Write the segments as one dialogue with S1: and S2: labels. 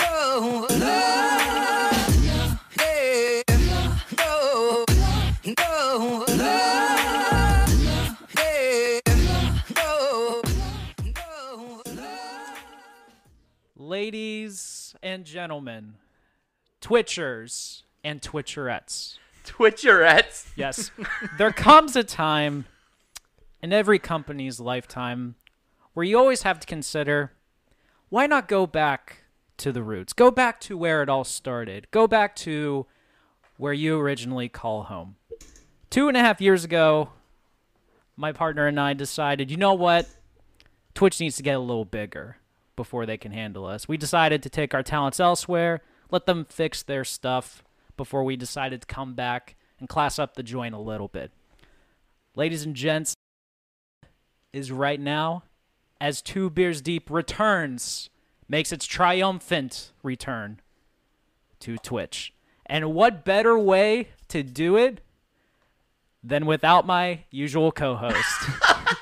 S1: no, love, yeah, no, no, love, yeah, no, no, love.
S2: Ladies and gentlemen, Twitchers and Twitcherettes.
S3: Twitcherettes.
S2: Yes. there comes a time in every company's lifetime where you always have to consider why not go back to the roots? Go back to where it all started. Go back to where you originally call home. Two and a half years ago, my partner and I decided, you know what? Twitch needs to get a little bigger before they can handle us. We decided to take our talents elsewhere, let them fix their stuff before we decided to come back and class up the joint a little bit. Ladies and gents, is right now as Two Beers Deep returns, makes its triumphant return to Twitch. And what better way to do it than without my usual co host?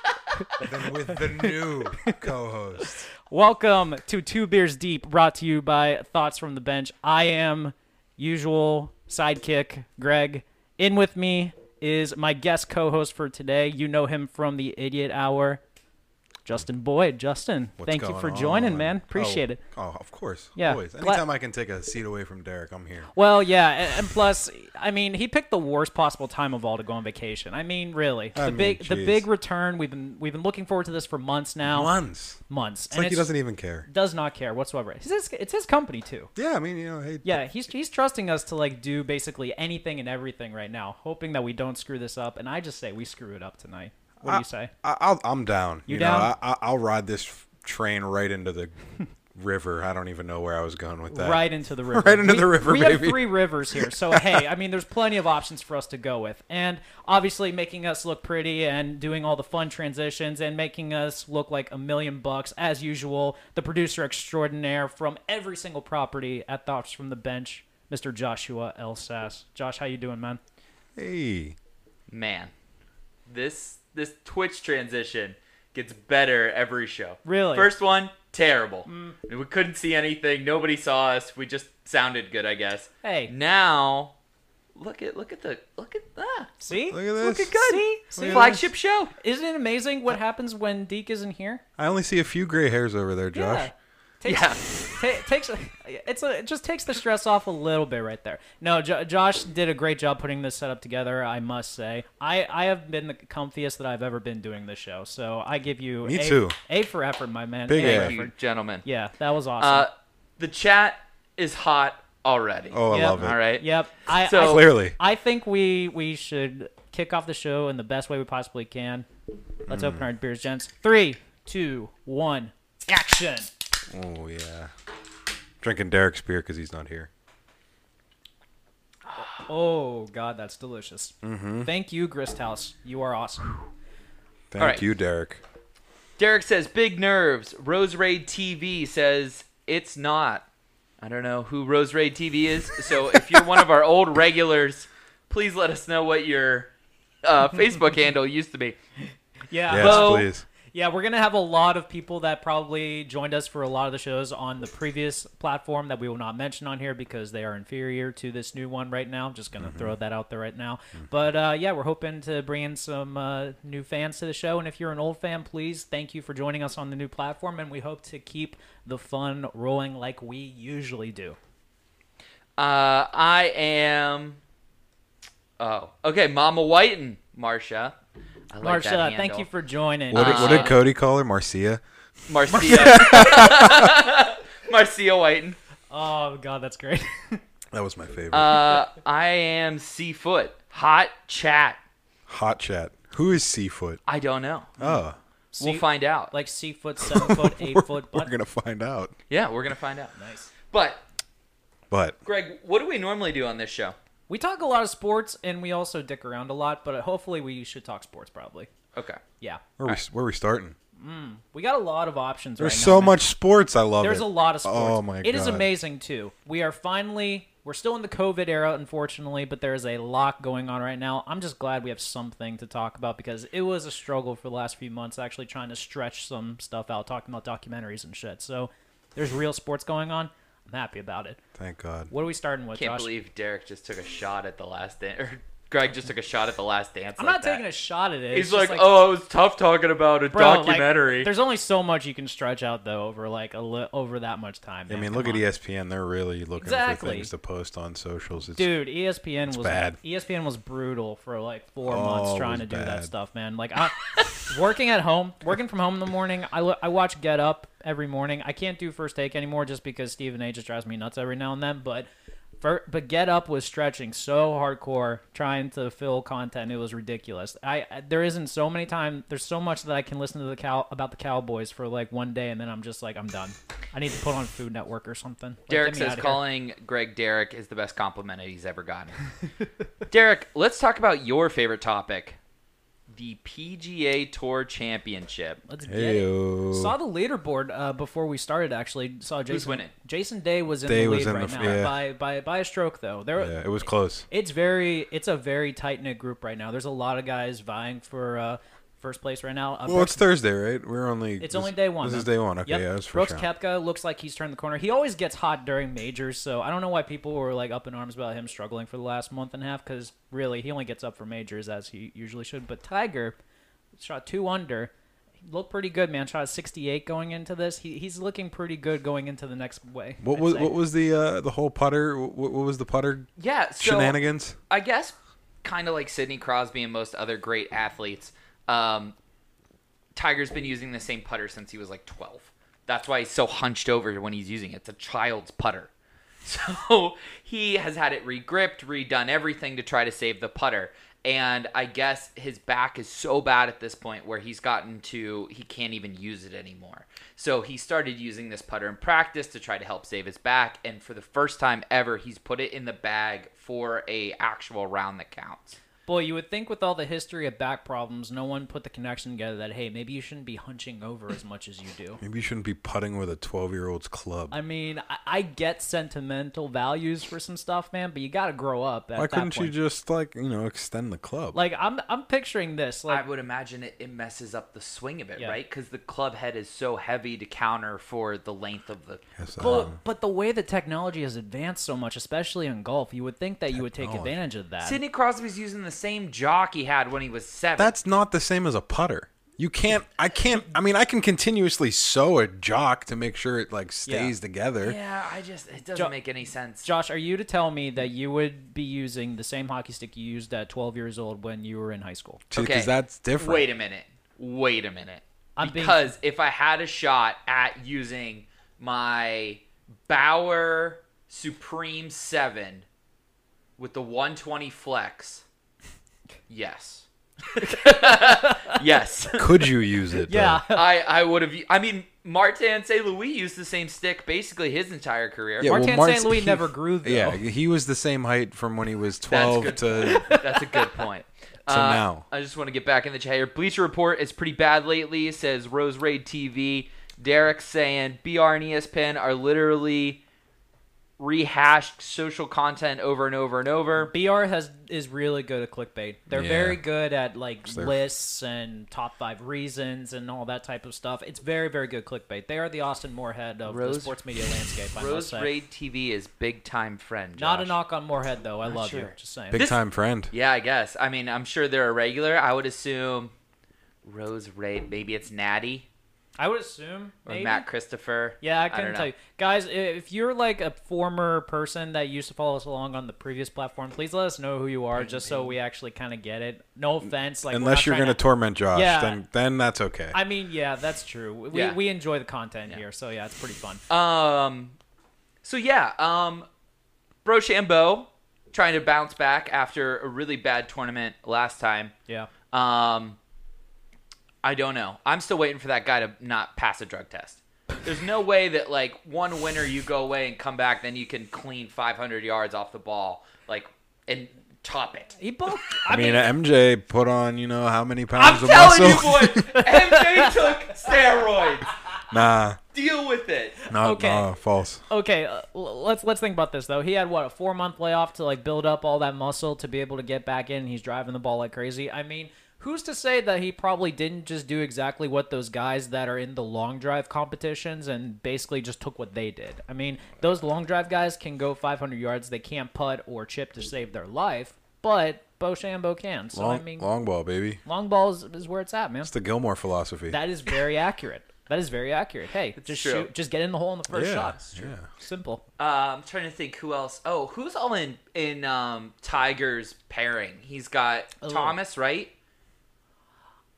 S4: than with the new co-host.
S2: Welcome to Two Beers Deep, brought to you by Thoughts from the Bench. I am usual sidekick Greg. In with me is my guest co-host for today. You know him from the Idiot Hour, Justin Boyd. Justin,
S4: What's
S2: thank you
S4: going
S2: for joining,
S4: on?
S2: man. Appreciate
S4: Oh,
S2: it.
S4: Oh, of course.
S2: Yeah.
S4: Always.
S2: Glad-
S4: Anytime I can take a seat away from Derek, I'm here.
S2: Well, yeah, a- and, plus, I mean, he picked the worst possible time of all to go on vacation. I mean, really, the
S4: I mean,
S2: big the
S4: jeez.
S2: big return. We've been we've been looking forward to this for months now.
S4: Months.
S2: Months.
S4: It's like he doesn't even care.
S2: does not care whatsoever. It's his, it's his company too.
S4: Yeah, I mean, you know, hey,
S2: Yeah, he's he's trusting us to like do basically anything and everything right now, hoping that we don't screw this up. And I just say we screw it up tonight. What
S4: Uh,
S2: do you say?
S4: I, I'll, I'm down.
S2: You
S4: You,
S2: down?
S4: know, I, I, I'll ride this f- train right into the river. I don't even know where I was going with that.
S2: Right into the river.
S4: Right into
S2: We-
S4: the river,
S2: We have
S4: baby.
S2: three rivers here, so hey, I mean, there's plenty of options for us to go with, and obviously making us look pretty and doing all the fun transitions and making us look like a million bucks as usual. The producer extraordinaire from every single property at Thoughts from the Bench, Mr. Joshua L. Sass. Josh, how you doing, man?
S4: Hey.
S3: Man, this this Twitch transition gets better every show.
S2: Really? Mm.
S3: First one, terrible. We couldn't see anything. Nobody saw us. We just sounded good, I guess.
S2: Hey.
S3: Now, look at look at the look at ah,
S2: See,
S4: Look at this.
S3: good.
S2: See, see,
S4: at
S2: flagship.
S3: flagship show.
S2: Isn't it amazing what happens when Deke isn't here?
S4: I only see a few gray hairs over there, Josh.
S2: Takes,
S3: Yeah.
S2: ta- takes it's a, it just takes the stress off a little bit right there. No, jo- Josh did a great job putting this setup together. I must say, I I have been the comfiest that I've ever been doing this show. So I give you
S4: Me
S2: a,
S4: too.
S2: A for effort, my man.
S4: Big
S2: a
S4: A.
S3: Thank
S2: for
S3: you,
S2: effort.
S3: gentlemen.
S2: Yeah, that was
S3: Uh,
S2: awesome.
S3: the chat is hot already.
S4: Oh, I
S2: Yeah.
S4: love it.
S3: all right.
S2: yep. I,
S3: So-
S2: I
S4: Oh. Clearly.
S2: I think we we should kick off the show in the best way we possibly can. Let's open our beers, gents. Three, two, one, action.
S4: Oh, yeah. Drinking Derek's beer because he's not here.
S2: Oh God, that's delicious. Thank you, Gristhouse. You are awesome.
S4: Thank
S3: right.
S4: you, Derek.
S3: Derek says big nerves. Rose Raid TV says it's not. I don't know who Rose Raid TV is. So if you're one of our old regulars, please let us know what your uh, Facebook handle used to be.
S2: Yeah,
S4: Yes,
S3: Bo-
S4: please.
S2: yeah. We're gonna have a lot of people that probably joined us for a lot of the shows on the previous platform that we will not mention on here because they are inferior to this new one right now. Just
S4: Mm-hmm.
S2: gonna throw that out there right now. But uh, yeah, we're hoping to bring in some uh, new fans to the show. And if you're an old fan, please thank you for joining us on the new platform. And we hope to keep the fun rolling like we usually do.
S3: Uh, I am. Oh, okay. Mama Whiten, Marsha. I like
S2: Marcia,
S3: that
S2: thank you
S3: handle.
S2: for joining.
S4: What did, what did
S3: Uh,
S4: Cody call her? Marcia?
S3: Marcia. Marcia Whiten.
S2: oh God, that's great.
S4: That was my favorite.
S3: Uh, I am Seafoot. Hot chat.
S4: Hot chat. Who is Seafoot?
S3: I don't know.
S2: Mm-hmm.
S4: Oh,
S3: We'll
S2: See-
S3: find out.
S2: like six foot, seven foot, eight foot.
S4: we're
S2: But
S4: going to find out.
S3: yeah, we're gonna find out.
S2: nice.
S3: But
S4: But
S3: Greg, what do we normally do on this show?
S2: We talk a lot of sports, and we also dick around a lot. But hopefully, we should talk sports. Probably,
S3: Okay.
S2: yeah.
S4: where, we, where are we starting?
S2: We got a lot of options.
S4: There's
S2: right now,
S4: so
S2: man.
S4: much sports. I love
S2: There's
S4: it.
S2: a lot of sports.
S4: Oh, my
S2: It is
S4: God.
S2: amazing too. We are finally. We're still in the COVID era, unfortunately, but there is a lot going on right now. I'm just glad we have something to talk about because it was a struggle for the last few months actually trying to stretch some stuff out, talking about documentaries and shit. So there's real sports going on. I'm happy about it.
S4: Thank God.
S2: What are we starting with,
S3: Can't
S2: Josh?
S3: believe Derek just took a shot at the last dance. Or Greg just took a shot at the last dance.
S2: I'm
S3: like
S2: not
S3: that.
S2: taking a shot at it.
S3: He's
S2: It's
S3: like,
S2: just
S3: oh, it was tough talking about a
S2: bro, like,
S3: documentary.
S2: there's only so much you can stretch out though over like a li- over that much time.
S4: I
S2: man.
S4: mean,
S2: Come
S4: look at E
S2: on.
S4: ESPN. They're really looking
S2: Exactly.
S4: for things to post on socials. It's,
S2: Dude, E ESPN was E
S4: bad.
S2: ESPN was brutal for like four
S4: Oh,
S2: months
S4: it
S2: trying
S4: was
S2: to do that
S4: bad.
S2: stuff, man. Like I, working at home, working from home in the morning, I, lo- I watch Get Up every morning. I can't do First Take anymore just because Stephen A just drives me nuts every now and then, but for, but Get Up was stretching so hardcore trying to fill content. It was ridiculous. I I- there isn't so many time there's so much that I can listen to the cow about the Cowboys for like one day and then I'm just like I'm done. I need to put on Food Network or something. Like,
S3: Derek
S2: get me
S3: says
S2: outta here.
S3: calling Greg Derek is the best compliment he's ever gotten. Derek, let's talk about your favorite topic, the PGA Tour Championship.
S2: Let's get it.
S4: Heyo.
S2: Saw the leaderboard uh, before we started. Actually, saw Jason.
S3: winning?
S2: Jason Day was in
S4: Day
S2: the lead
S4: was in
S2: right
S4: the-
S2: now
S4: yeah.
S2: by by by a stroke though. There,
S4: Yeah, it was close.
S2: it's very it's a very tight knit group right now. There's a lot of guys vying for uh, first place right now. Uh,
S4: Well,
S2: Brooks-
S4: it's Thursday, right? We're only.
S2: it's
S4: this-
S2: only day one.
S4: This is
S2: though.
S4: day one. Okay,
S2: Yep.
S4: yeah, that's for
S2: Brooks
S4: sure.
S2: Koepka looks like he's turned the corner. He always gets hot during majors, so I don't know why people were like up in arms about him struggling for the last month and a half. Because really, he only gets up for majors as he usually should. But Tiger shot two under. He looked pretty good, man. Shot a 68 going into this. He, he's looking pretty good going into the next way.
S4: What
S2: I'd
S4: was
S2: say.
S4: what was the uh, the whole putter? What, what was the putter
S3: Yeah, so
S4: shenanigans?
S3: I guess kind of like Sidney Crosby and most other great athletes, um, Tiger's been using the same putter since he was like 12. That's why he's so hunched over when he's using it. It's a child's putter. So he has had it regripped, redone everything to try to save the putter. And I guess his back is so bad at this point where he's gotten to he can't even use it anymore. So he started using this putter in practice to try to help save his back and for the first time ever he's put it in the bag for a actual round that counts.
S2: Boy, you would think with all the history of back problems, no one put the connection together that hey, maybe you shouldn't be hunching over as much as you do.
S4: Maybe you shouldn't be putting with a twelve year old's club.
S2: I mean, I, I get sentimental values for some stuff, man, but you got to grow up. At
S4: Why
S2: that
S4: couldn't you
S2: point.
S4: just like you know extend the club?
S2: Like I'm, I'm picturing this. Like
S3: I would imagine it, it messes up the swing of it,
S2: Yeah.
S3: right? Because the club head is so heavy to counter for the length of the.
S4: Yes,
S2: Well,
S4: um,
S2: but the way that technology has advanced so much, especially in golf, you would think that you would take
S4: Technology.
S2: advantage of that.
S3: Sidney Crosby's using the same jock he had when he was seven.
S4: that's not the same as a putter. You can't. I can't. I mean, I can continuously sew a jock to make sure it like stays together.
S3: yeah, I just it doesn't
S2: Jo-
S3: make any sense.
S2: Josh, are you to tell me that you would be using the same hockey stick you used at 12 years old when you were in high school?
S4: Because
S3: Okay.
S4: that's different.
S3: Wait a minute. Wait a minute.
S2: I'm being-
S3: because if I had a shot at using my Bauer Supreme Seven with the 120 flex, yes, yes.
S4: Could you use it? though?
S3: I, I would have. I mean, Martin St. Louis used the same stick basically his entire career.
S4: Yeah,
S2: Martin
S4: Mart's-
S2: St. Louis
S4: he-
S2: never grew, though.
S4: Yeah, he was the same height from when he was
S3: That's
S4: twelve
S3: good Uh,
S4: to
S3: point. That's a good point.
S4: To now.
S3: I just want to get back in the chat here. Bleacher Report is pretty bad lately, says Rose Raid TV. Derek saying BR and E ESPN are literally rehashed social content over and over and over.
S2: BR has is really good at clickbait. They're
S4: Yeah.
S2: very good at like
S4: they're-
S2: lists and top five reasons and all that type of stuff. It's very very good clickbait. They are the Austin Moorhead of the
S3: Rose-
S2: sports media landscape. I must
S3: Rose
S2: say.
S3: Raid TV is big time friend.
S2: Not a
S3: Josh.
S2: knock on Moorhead though. I love you.
S3: sure.
S2: Just saying.
S4: big
S3: This-
S4: time friend.
S3: Yeah, I guess. I mean, I'm sure they're a regular. I would assume Rose Raid. Maybe it's Natty
S2: I would assume
S3: or
S2: maybe.
S3: Matt Christopher.
S2: Yeah, I
S3: don't
S2: couldn't
S3: know.
S2: tell you. Guys, i- if you're like a former person that used to follow us along on the previous platform, please let us know who you are just so we actually kind of get it. No offense. Like, we're
S4: Mm, Unless
S2: not
S4: you're
S2: trying
S4: gonna
S2: to.
S4: torment Josh,
S2: Yeah.
S4: then then that's okay.
S2: I mean, yeah, that's true. We,
S3: Yeah.
S2: we enjoy the content here, so yeah, it's pretty fun.
S3: Um, so yeah, um, Brochambeau trying to bounce back after a really bad tournament last time.
S2: yeah.
S3: Um, I don't know. I'm still waiting for that guy to not pass a drug test. There's no way that like one winter you go away and come back, then you can clean 500 yards off the ball, like and top it.
S2: He both.
S4: I mean, MJ put on you know how many
S3: I'm
S4: pounds of
S3: telling
S4: muscle?
S3: you, boy, MJ took steroids.
S4: nah,
S3: Deal with it.
S4: no,
S2: Okay.
S4: no, false.
S2: okay, uh, l- let's let's think about this though. He had what a four month layoff to like build up all that muscle to be able to get back in. He's driving the ball like crazy. I mean, Who's to say that he probably didn't just do exactly what those guys that are in the long drive competitions and basically just took what they did? I mean, those long drive guys can go 500 yards. They can't putt or chip to save their life, but Beauchambeau can. So,
S4: Long,
S2: Oh, I mean, long,
S4: long ball, baby.
S2: ball is, is where it's at, man.
S4: It's the Gilmore philosophy.
S2: That is very accurate. That is very accurate. Hey, just
S3: true.
S2: shoot. Just get in the hole in the first
S4: yeah,
S2: shot.
S4: yeah.
S2: Simple.
S3: Uh, I'm trying to think who else. Oh, who's all in in um, Tiger's pairing? He's got Thomas, right?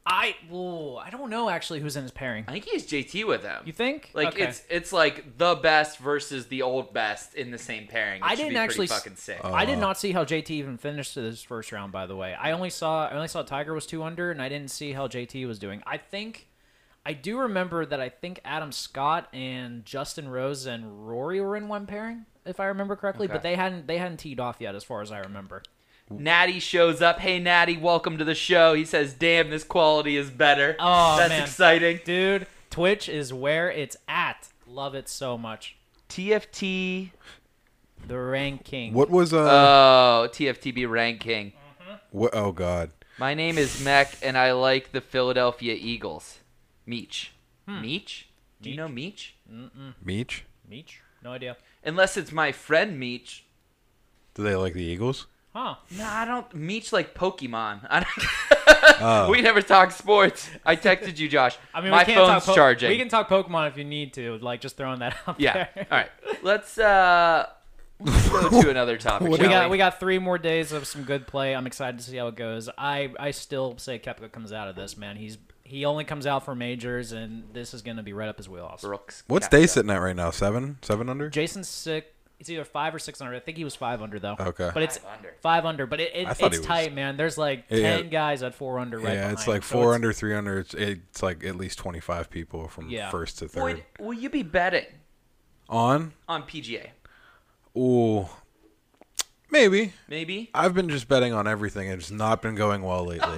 S2: I ooh, I don't know actually who's in his pairing.
S3: I think he has JT with him.
S2: You think?
S3: Like
S2: Okay.
S3: it's it's like the best versus the old best in the same pairing. It
S2: I
S3: should
S2: didn't
S3: be pretty
S2: actually s-
S3: fucking sick.
S2: I did not see how JT even finished his first round. By the way, I only saw I only saw Tiger was two under, and I didn't see how JT was doing. I think I do remember that I think Adam Scott and Justin Rose and Rory were in one pairing, if I remember correctly. But
S3: Okay.
S2: they hadn't they hadn't teed off yet, as far as I remember.
S3: Natty shows up. Hey, Natty, welcome to the show. He says, "Damn, this quality is better."
S2: Oh,
S3: that's
S2: man.
S3: exciting.
S2: Dude, Twitch is where it's at. Love it so much.
S3: TFT.
S2: The ranking.
S4: What was uh,
S3: Oh, TFTB ranking.
S4: wha- oh god.
S3: My name is Mech, and I like the Philadelphia Eagles. Meech.
S2: Hmm.
S3: Meech? Do you know Meech?
S4: Meach?
S2: Meech? No idea.
S3: Unless it's my friend Meech.
S4: Do they like the Eagles?
S2: Huh.
S3: No, I don't. Meech like Pokemon. I don't,
S4: Oh.
S3: We never talk sports. I texted you, Josh.
S2: I mean,
S3: my
S2: we can't talk
S3: phone's
S2: po-
S3: charging.
S2: We can talk Pokemon if you need to. Like, just throwing that out
S3: yeah. All
S2: there.
S3: right. Let's uh, let's go to another topic.
S4: What
S2: We
S3: shall
S2: got we got three more days of some good play. I'm excited to see how it goes. I I still say Kepka comes out of this man. He's he only comes out for majors, and this is going to be right up his wheelhouse.
S3: Brooks.
S4: What's
S3: Koepka.
S4: they sitting at right now? Seven? Seven under?
S2: Jason's sick. It's either five or six under. I think he was five under though.
S4: Okay.
S2: but it's
S3: Five under.
S2: five under. But it, it
S4: I
S2: it's
S4: thought he was-
S2: tight, man. There's like
S4: Yeah, yeah.
S2: ten guys at four under right
S4: yeah, it's
S2: behind
S4: like
S2: him. So
S4: four
S2: it's-
S4: under, three under. It's, it's like at least twenty five people from
S2: Yeah.
S4: first to third
S3: Would, will you be betting
S4: on.
S3: on PGA?
S4: Ooh, maybe.
S3: Maybe.
S4: I've been just betting on everything. It's not been going well lately.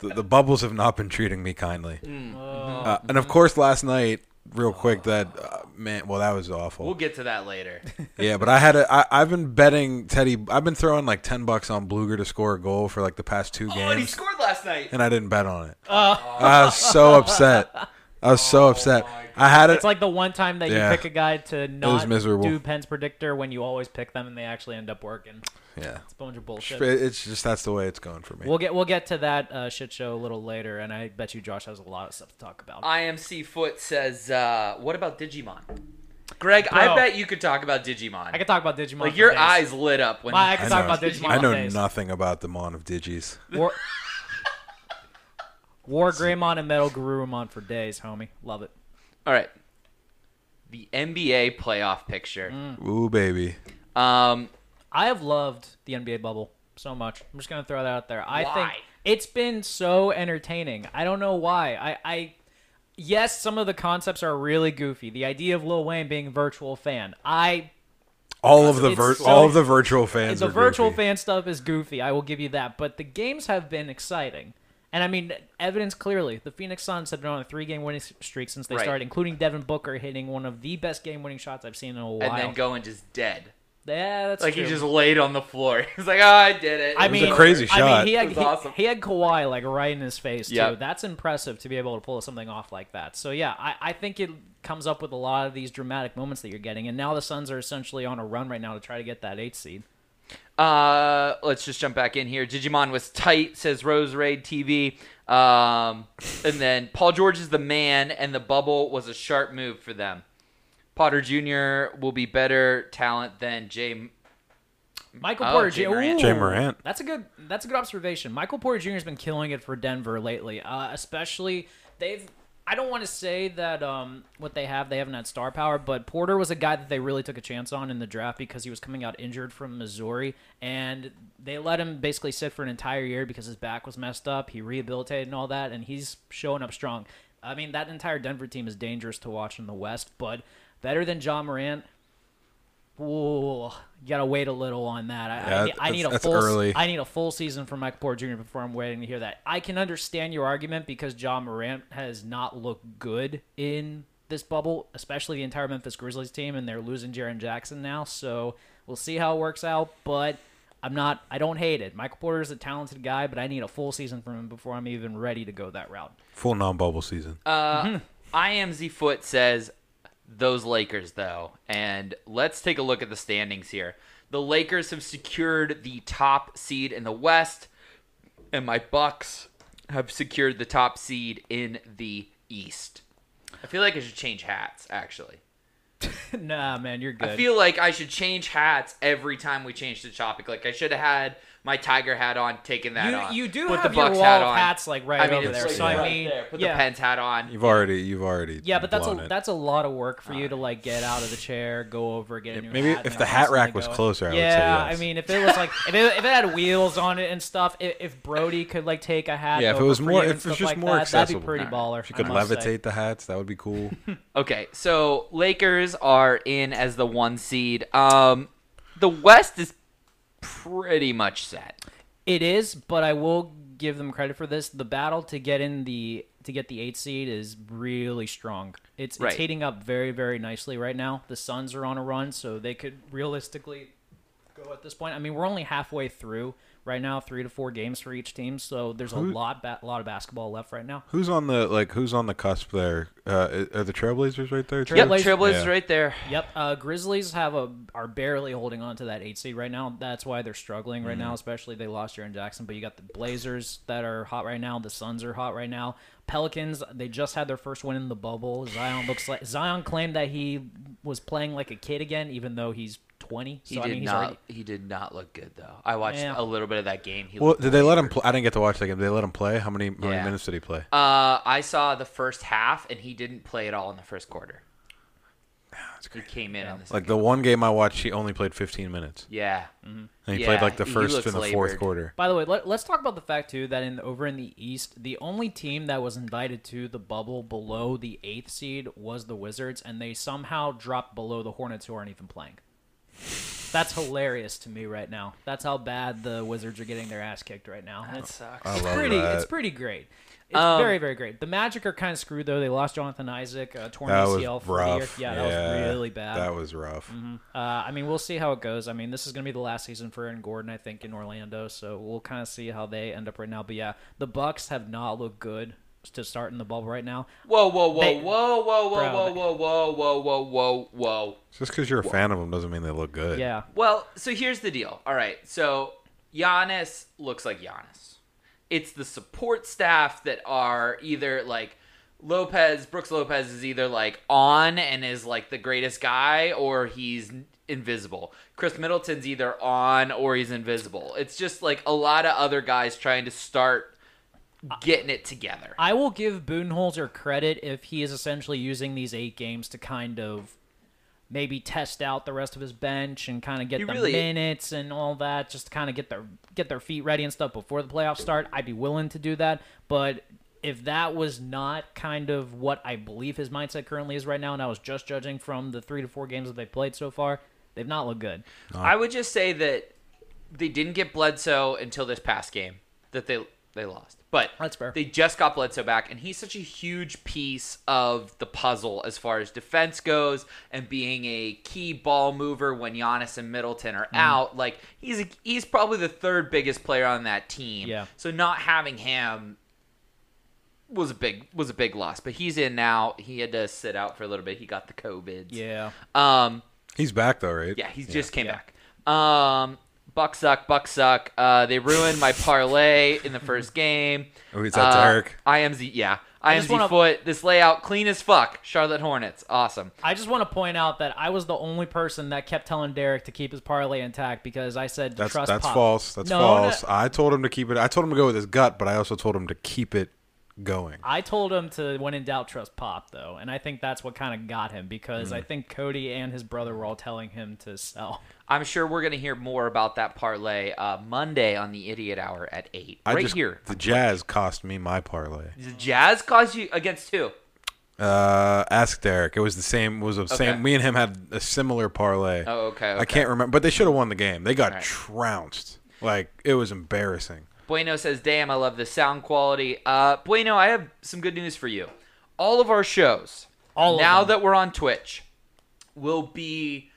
S4: the, the bubbles have not been treating me kindly.
S3: Mm. Oh,
S4: Uh, and of course, last night, real quick, that uh, man. Well, that was awful.
S3: We'll get to that later.
S4: Yeah, but I had a. I, I've been betting Teddy. I've been throwing like ten bucks on Bluger to score a goal for like the past two
S3: oh, and he
S4: games,
S3: scored last night.
S4: and I didn't bet on it.
S2: Oh.
S4: I was so upset. I was so upset. I had it.
S2: It's like the one time that
S4: Yeah.
S2: you pick a guy to not
S4: miserable.
S2: do Penn's predictor when you always pick them and they actually end up working. It's
S4: yeah,
S2: a bunch of bullshit.
S4: it's just that's the way it's going for me.
S2: We'll get we'll get to that uh, shit show a little later, and I bet you Josh has a lot of stuff to talk about.
S3: IMC Foot says, uh, "What about Digimon?" Greg, I
S2: Bro.
S3: bet you could talk about Digimon.
S2: I could talk about Digimon.
S3: like
S2: for
S3: your
S2: days.
S3: eyes lit up when
S2: My- I
S4: I
S2: could
S4: know,
S2: talk about Digimon.
S4: I
S2: for
S4: know
S2: days.
S4: nothing about the Mon of Digis.
S2: War, War Greymon and Metal Garurumon for days, homie. Love it.
S3: All right. The NBA playoff picture.
S2: Mm.
S4: Ooh, baby.
S3: Um,
S2: I have loved the NBA bubble so much. I'm just gonna throw that out there. I think
S3: Why?
S2: it's been so entertaining. I don't know why. I, I yes, some of the concepts are really goofy. The idea of Lil Wayne being a virtual fan. I
S4: All of the vir-
S2: It's so-
S4: all of the virtual fans.
S2: the
S4: are
S2: virtual
S4: goofy.
S2: fan stuff is goofy. I will give you that. But the games have been exciting. And I mean, evidence clearly. The Phoenix Suns have been on a three game winning streak since they
S3: Right.
S2: started, including Devin Booker hitting one of the best game winning shots I've seen in a while.
S3: and then going just dead.
S2: yeah, that's
S3: Like
S2: true.
S3: he just laid on the floor. He's like, oh, I did it.
S2: I
S3: It was
S2: mean,
S4: a crazy
S2: I
S4: shot.
S2: mean, he had,
S3: It was
S2: he,
S3: awesome.
S2: he had Kawhi like right in his face too.
S3: Yep.
S2: That's impressive to be able to pull something off like that. So yeah, I, I think it comes up with a lot of these dramatic moments that you're getting, and now the Suns are essentially on a run right now to try to get that eight seed.
S3: Uh, let's just jump back in here. Digimon was tight, says Rose Raid TV. Um, and then Paul George is the man, and the bubble was a sharp move for them. Potter Jr. will be better talent than Jay.
S2: Michael
S3: Oh,
S2: Porter
S3: Jay
S2: Jr.
S3: Morant.
S2: Ooh.
S4: Jay Morant.
S2: That's a good. That's a good observation. Michael Porter Jr. has been killing it for Denver lately, uh, especially they've. I don't want to say that um, what they have, they haven't had star power, but Porter was a guy that they really took a chance on in the draft because he was coming out injured from Missouri, and they let him basically sit for an entire year because his back was messed up. He rehabilitated and all that, and he's showing up strong. I mean, that entire Denver team is dangerous to watch in the West, but better than John Morant. Ooh, you gotta wait a little on that. I,
S4: Yeah,
S2: I, I need
S4: that's-
S2: a
S4: that's
S2: full.
S4: early.
S2: I need a full season from Michael Porter Jr. before I'm waiting to hear that. I can understand your argument because John Morant has not looked good in this bubble, especially the entire Memphis Grizzlies team, and they're losing Jaron Jackson now. So we'll see how it works out. But I'm not. I don't hate it. Michael Porter is a talented guy, but I need a full season from him before I'm even ready to go that route.
S4: Full non-bubble season.
S2: Uh,
S3: Uh,
S2: Mm-hmm.
S3: I am Z Foot says those Lakers though, and let's take a look at the standings here. The Lakers have secured the top seed in the West, and my Bucks have secured the top seed in the East. I feel like I should change hats actually.
S2: nah, man, you're good.
S3: I feel like I should change hats every time we change the topic. Like I should have had my tiger hat on, taken that
S2: you,
S3: off.
S2: you do
S3: put
S2: have
S3: the
S2: your
S3: Bucks
S2: wall
S3: hat
S2: of
S3: on.
S2: hats like right
S3: I mean,
S2: over
S3: it's
S2: there.
S3: like
S2: so I
S3: right
S2: mean,
S3: there. Put
S2: yeah.
S3: the Pens hat on.
S4: you've already, you've already.
S2: Yeah, but that's
S4: blown
S2: a
S4: it.
S2: that's a lot of work for you to like get out of the chair, go over, get a new
S4: maybe
S2: hat,
S4: if
S2: and
S4: the hat rack
S2: constantly
S4: was
S2: go-
S4: closer, I would say
S2: yeah,
S4: yes.
S2: I mean, if it was like if it, if it had wheels on it and stuff, if, if Brody could like take a hat,
S4: Yeah, if it
S2: over
S4: was
S2: for
S4: more-
S2: you and
S4: if it was
S2: stuff
S4: just
S2: like
S4: more
S2: that, that'd
S4: accessible.
S2: be pretty baller.
S4: If you could
S2: I must
S4: levitate
S2: say.
S4: the hats. That would be cool.
S3: Okay, so Lakers are in as the one seed. Um, the West is pretty much set.
S2: It is, but I will give them credit for this. The battle to get in the to get the eight seed is really strong. It's
S3: Right.
S2: it's heating up very very nicely right now. The Suns are on a run, so they could realistically go at this point. I mean, we're only halfway through right now, three to four games for each team, so there's a
S4: Who-
S2: lot ba- lot of basketball left right now.
S4: Who's on the like? Who's on the cusp there? Uh, are the Trailblazers right there? too?
S3: Yep,
S2: Trailblazers-
S3: Trailblazers
S4: Yeah.
S3: right there.
S2: Yep, uh, Grizzlies have a are barely holding on to that eight seed right now. That's why they're struggling right
S3: Mm-hmm.
S2: now. Especially they lost Jaren Jackson, but you got the Blazers that are hot right now. The Suns are hot right now. Pelicans they just had their first win in the bubble. Zion looks like Zion claimed that he was playing like a kid again, even though he's twenty. So
S3: He
S2: I
S3: did
S2: mean, he's
S3: not.
S2: already,
S3: He did not look good though. I watched
S2: Yeah.
S3: a little bit of that game. He
S4: Well,
S3: looked
S4: did they let him?
S3: awkward.
S4: Pl- I didn't get to watch that game. Did they let him play? How many, how many
S3: Yeah.
S4: minutes did he play?
S3: Uh, I saw the first half, and he didn't play at all in the first quarter. He came in on this.
S4: Like the one game I watched, he only played 15 minutes,
S3: yeah.
S2: Mm-hmm.
S4: and he
S3: Yeah,
S4: played like the
S3: he
S4: first
S3: looks
S4: and the
S3: labored.
S4: fourth quarter.
S2: By the way, let, let's talk about the fact too that in over in the East, the only team that was invited to the bubble below the eighth seed was the Wizards, and they somehow dropped below the Hornets, who aren't even playing. That's hilarious to me right now. That's how bad the Wizards are getting their ass kicked right now. That it's,
S3: sucks.
S4: I
S2: It's
S4: love
S2: pretty.
S4: that.
S2: It's pretty great. It's very very great. The Magic are kind of screwed though. They lost Jonathan Isaac, uh, torn
S4: That
S2: ACL
S4: was
S2: for the year.
S4: rough.
S2: Yeah, that was really bad.
S4: That was rough.
S2: Uh, I mean, we'll see how it goes. I mean, this is going to be the last season for Aaron Gordon, I think, in Orlando. So we'll kind of see how they end up right now. But yeah, the Bucks have not looked good to start in the bubble right now.
S3: Whoa, whoa, whoa,
S2: They-
S3: whoa, whoa,
S2: Bro,
S3: whoa,
S2: they-
S3: whoa, whoa, whoa, whoa, whoa, whoa.
S4: Just because you're a fan of them doesn't mean they look good.
S2: Yeah,
S3: Well, so here's the deal. All right, so Giannis looks like Giannis. It's the support staff that are either like Lopez, Brooks Lopez is either like on and is like the greatest guy, or he's invisible. Chris Middleton's either on or he's invisible. It's just like a lot of other guys trying to start getting it together.
S2: I will give Budenholzer credit if he is essentially using these eight games to kind of maybe test out the rest of his bench and kind of get
S3: He
S2: the
S3: really-
S2: minutes and all that, just to kind of get their get their feet ready and stuff before the playoffs start. I'd be willing to do that, but if that was not kind of what I believe his mindset currently is right now, and I was just judging from the three to four games that they played so far, they've not looked good.
S3: I would just say that they didn't get Bledsoe until this past game that they they lost. But
S2: That's fair.
S3: They just got Bledsoe back, and he's such a huge piece of the puzzle as far as defense goes, and being a key ball mover when Giannis and Middleton
S2: Mm-hmm.
S3: are out. Like he's a, he's probably the third biggest player on that team.
S2: Yeah.
S3: So not having him was a big was a big loss. But he's in now. He had to sit out for a little bit. He got the COVID.
S2: Yeah,
S3: Um.
S4: he's back though, right?
S3: Yeah, he just came back. Um, Buck suck, Buck suck. Uh, they ruined my parlay in the first game. Uh,
S4: Oh, is that Tarek?
S3: I am Z. Yeah, I am
S2: just
S3: Z
S2: wanna-
S3: foot. This layout clean as fuck. Charlotte Hornets, awesome.
S2: I just want to point out that I was the only person that kept telling Derek to keep his parlay intact because I said
S4: That's
S2: trust.
S4: that's
S2: Pop."
S4: false. That's
S2: No, no,
S4: false. I told him to keep it. I told him to go with his gut, but I also told him to keep it going.
S2: I told him to when in doubt trust Pop though, and I think that's what kind of got him because
S4: Mm.
S2: I think Cody and his brother were all telling him to sell.
S3: I'm sure we're gonna hear more about that parlay uh, Monday on the Idiot Hour at eight.
S4: I
S3: right
S4: just,
S3: here,
S4: The Jazz cost me my parlay.
S3: the Jazz caused you against who?
S4: Uh, ask Derek. It was the same. Was the same. Me and him had a similar parlay.
S3: Oh, okay,
S4: I
S3: okay.
S4: can't remember, but they should have won the game. They got
S3: right.
S4: trounced. Like it was embarrassing.
S3: Bueno says, "Damn, I love the sound quality." Uh, bueno, I have some good news for you. All of our shows,
S2: All of
S3: now
S2: them.
S3: that we're on Twitch, will be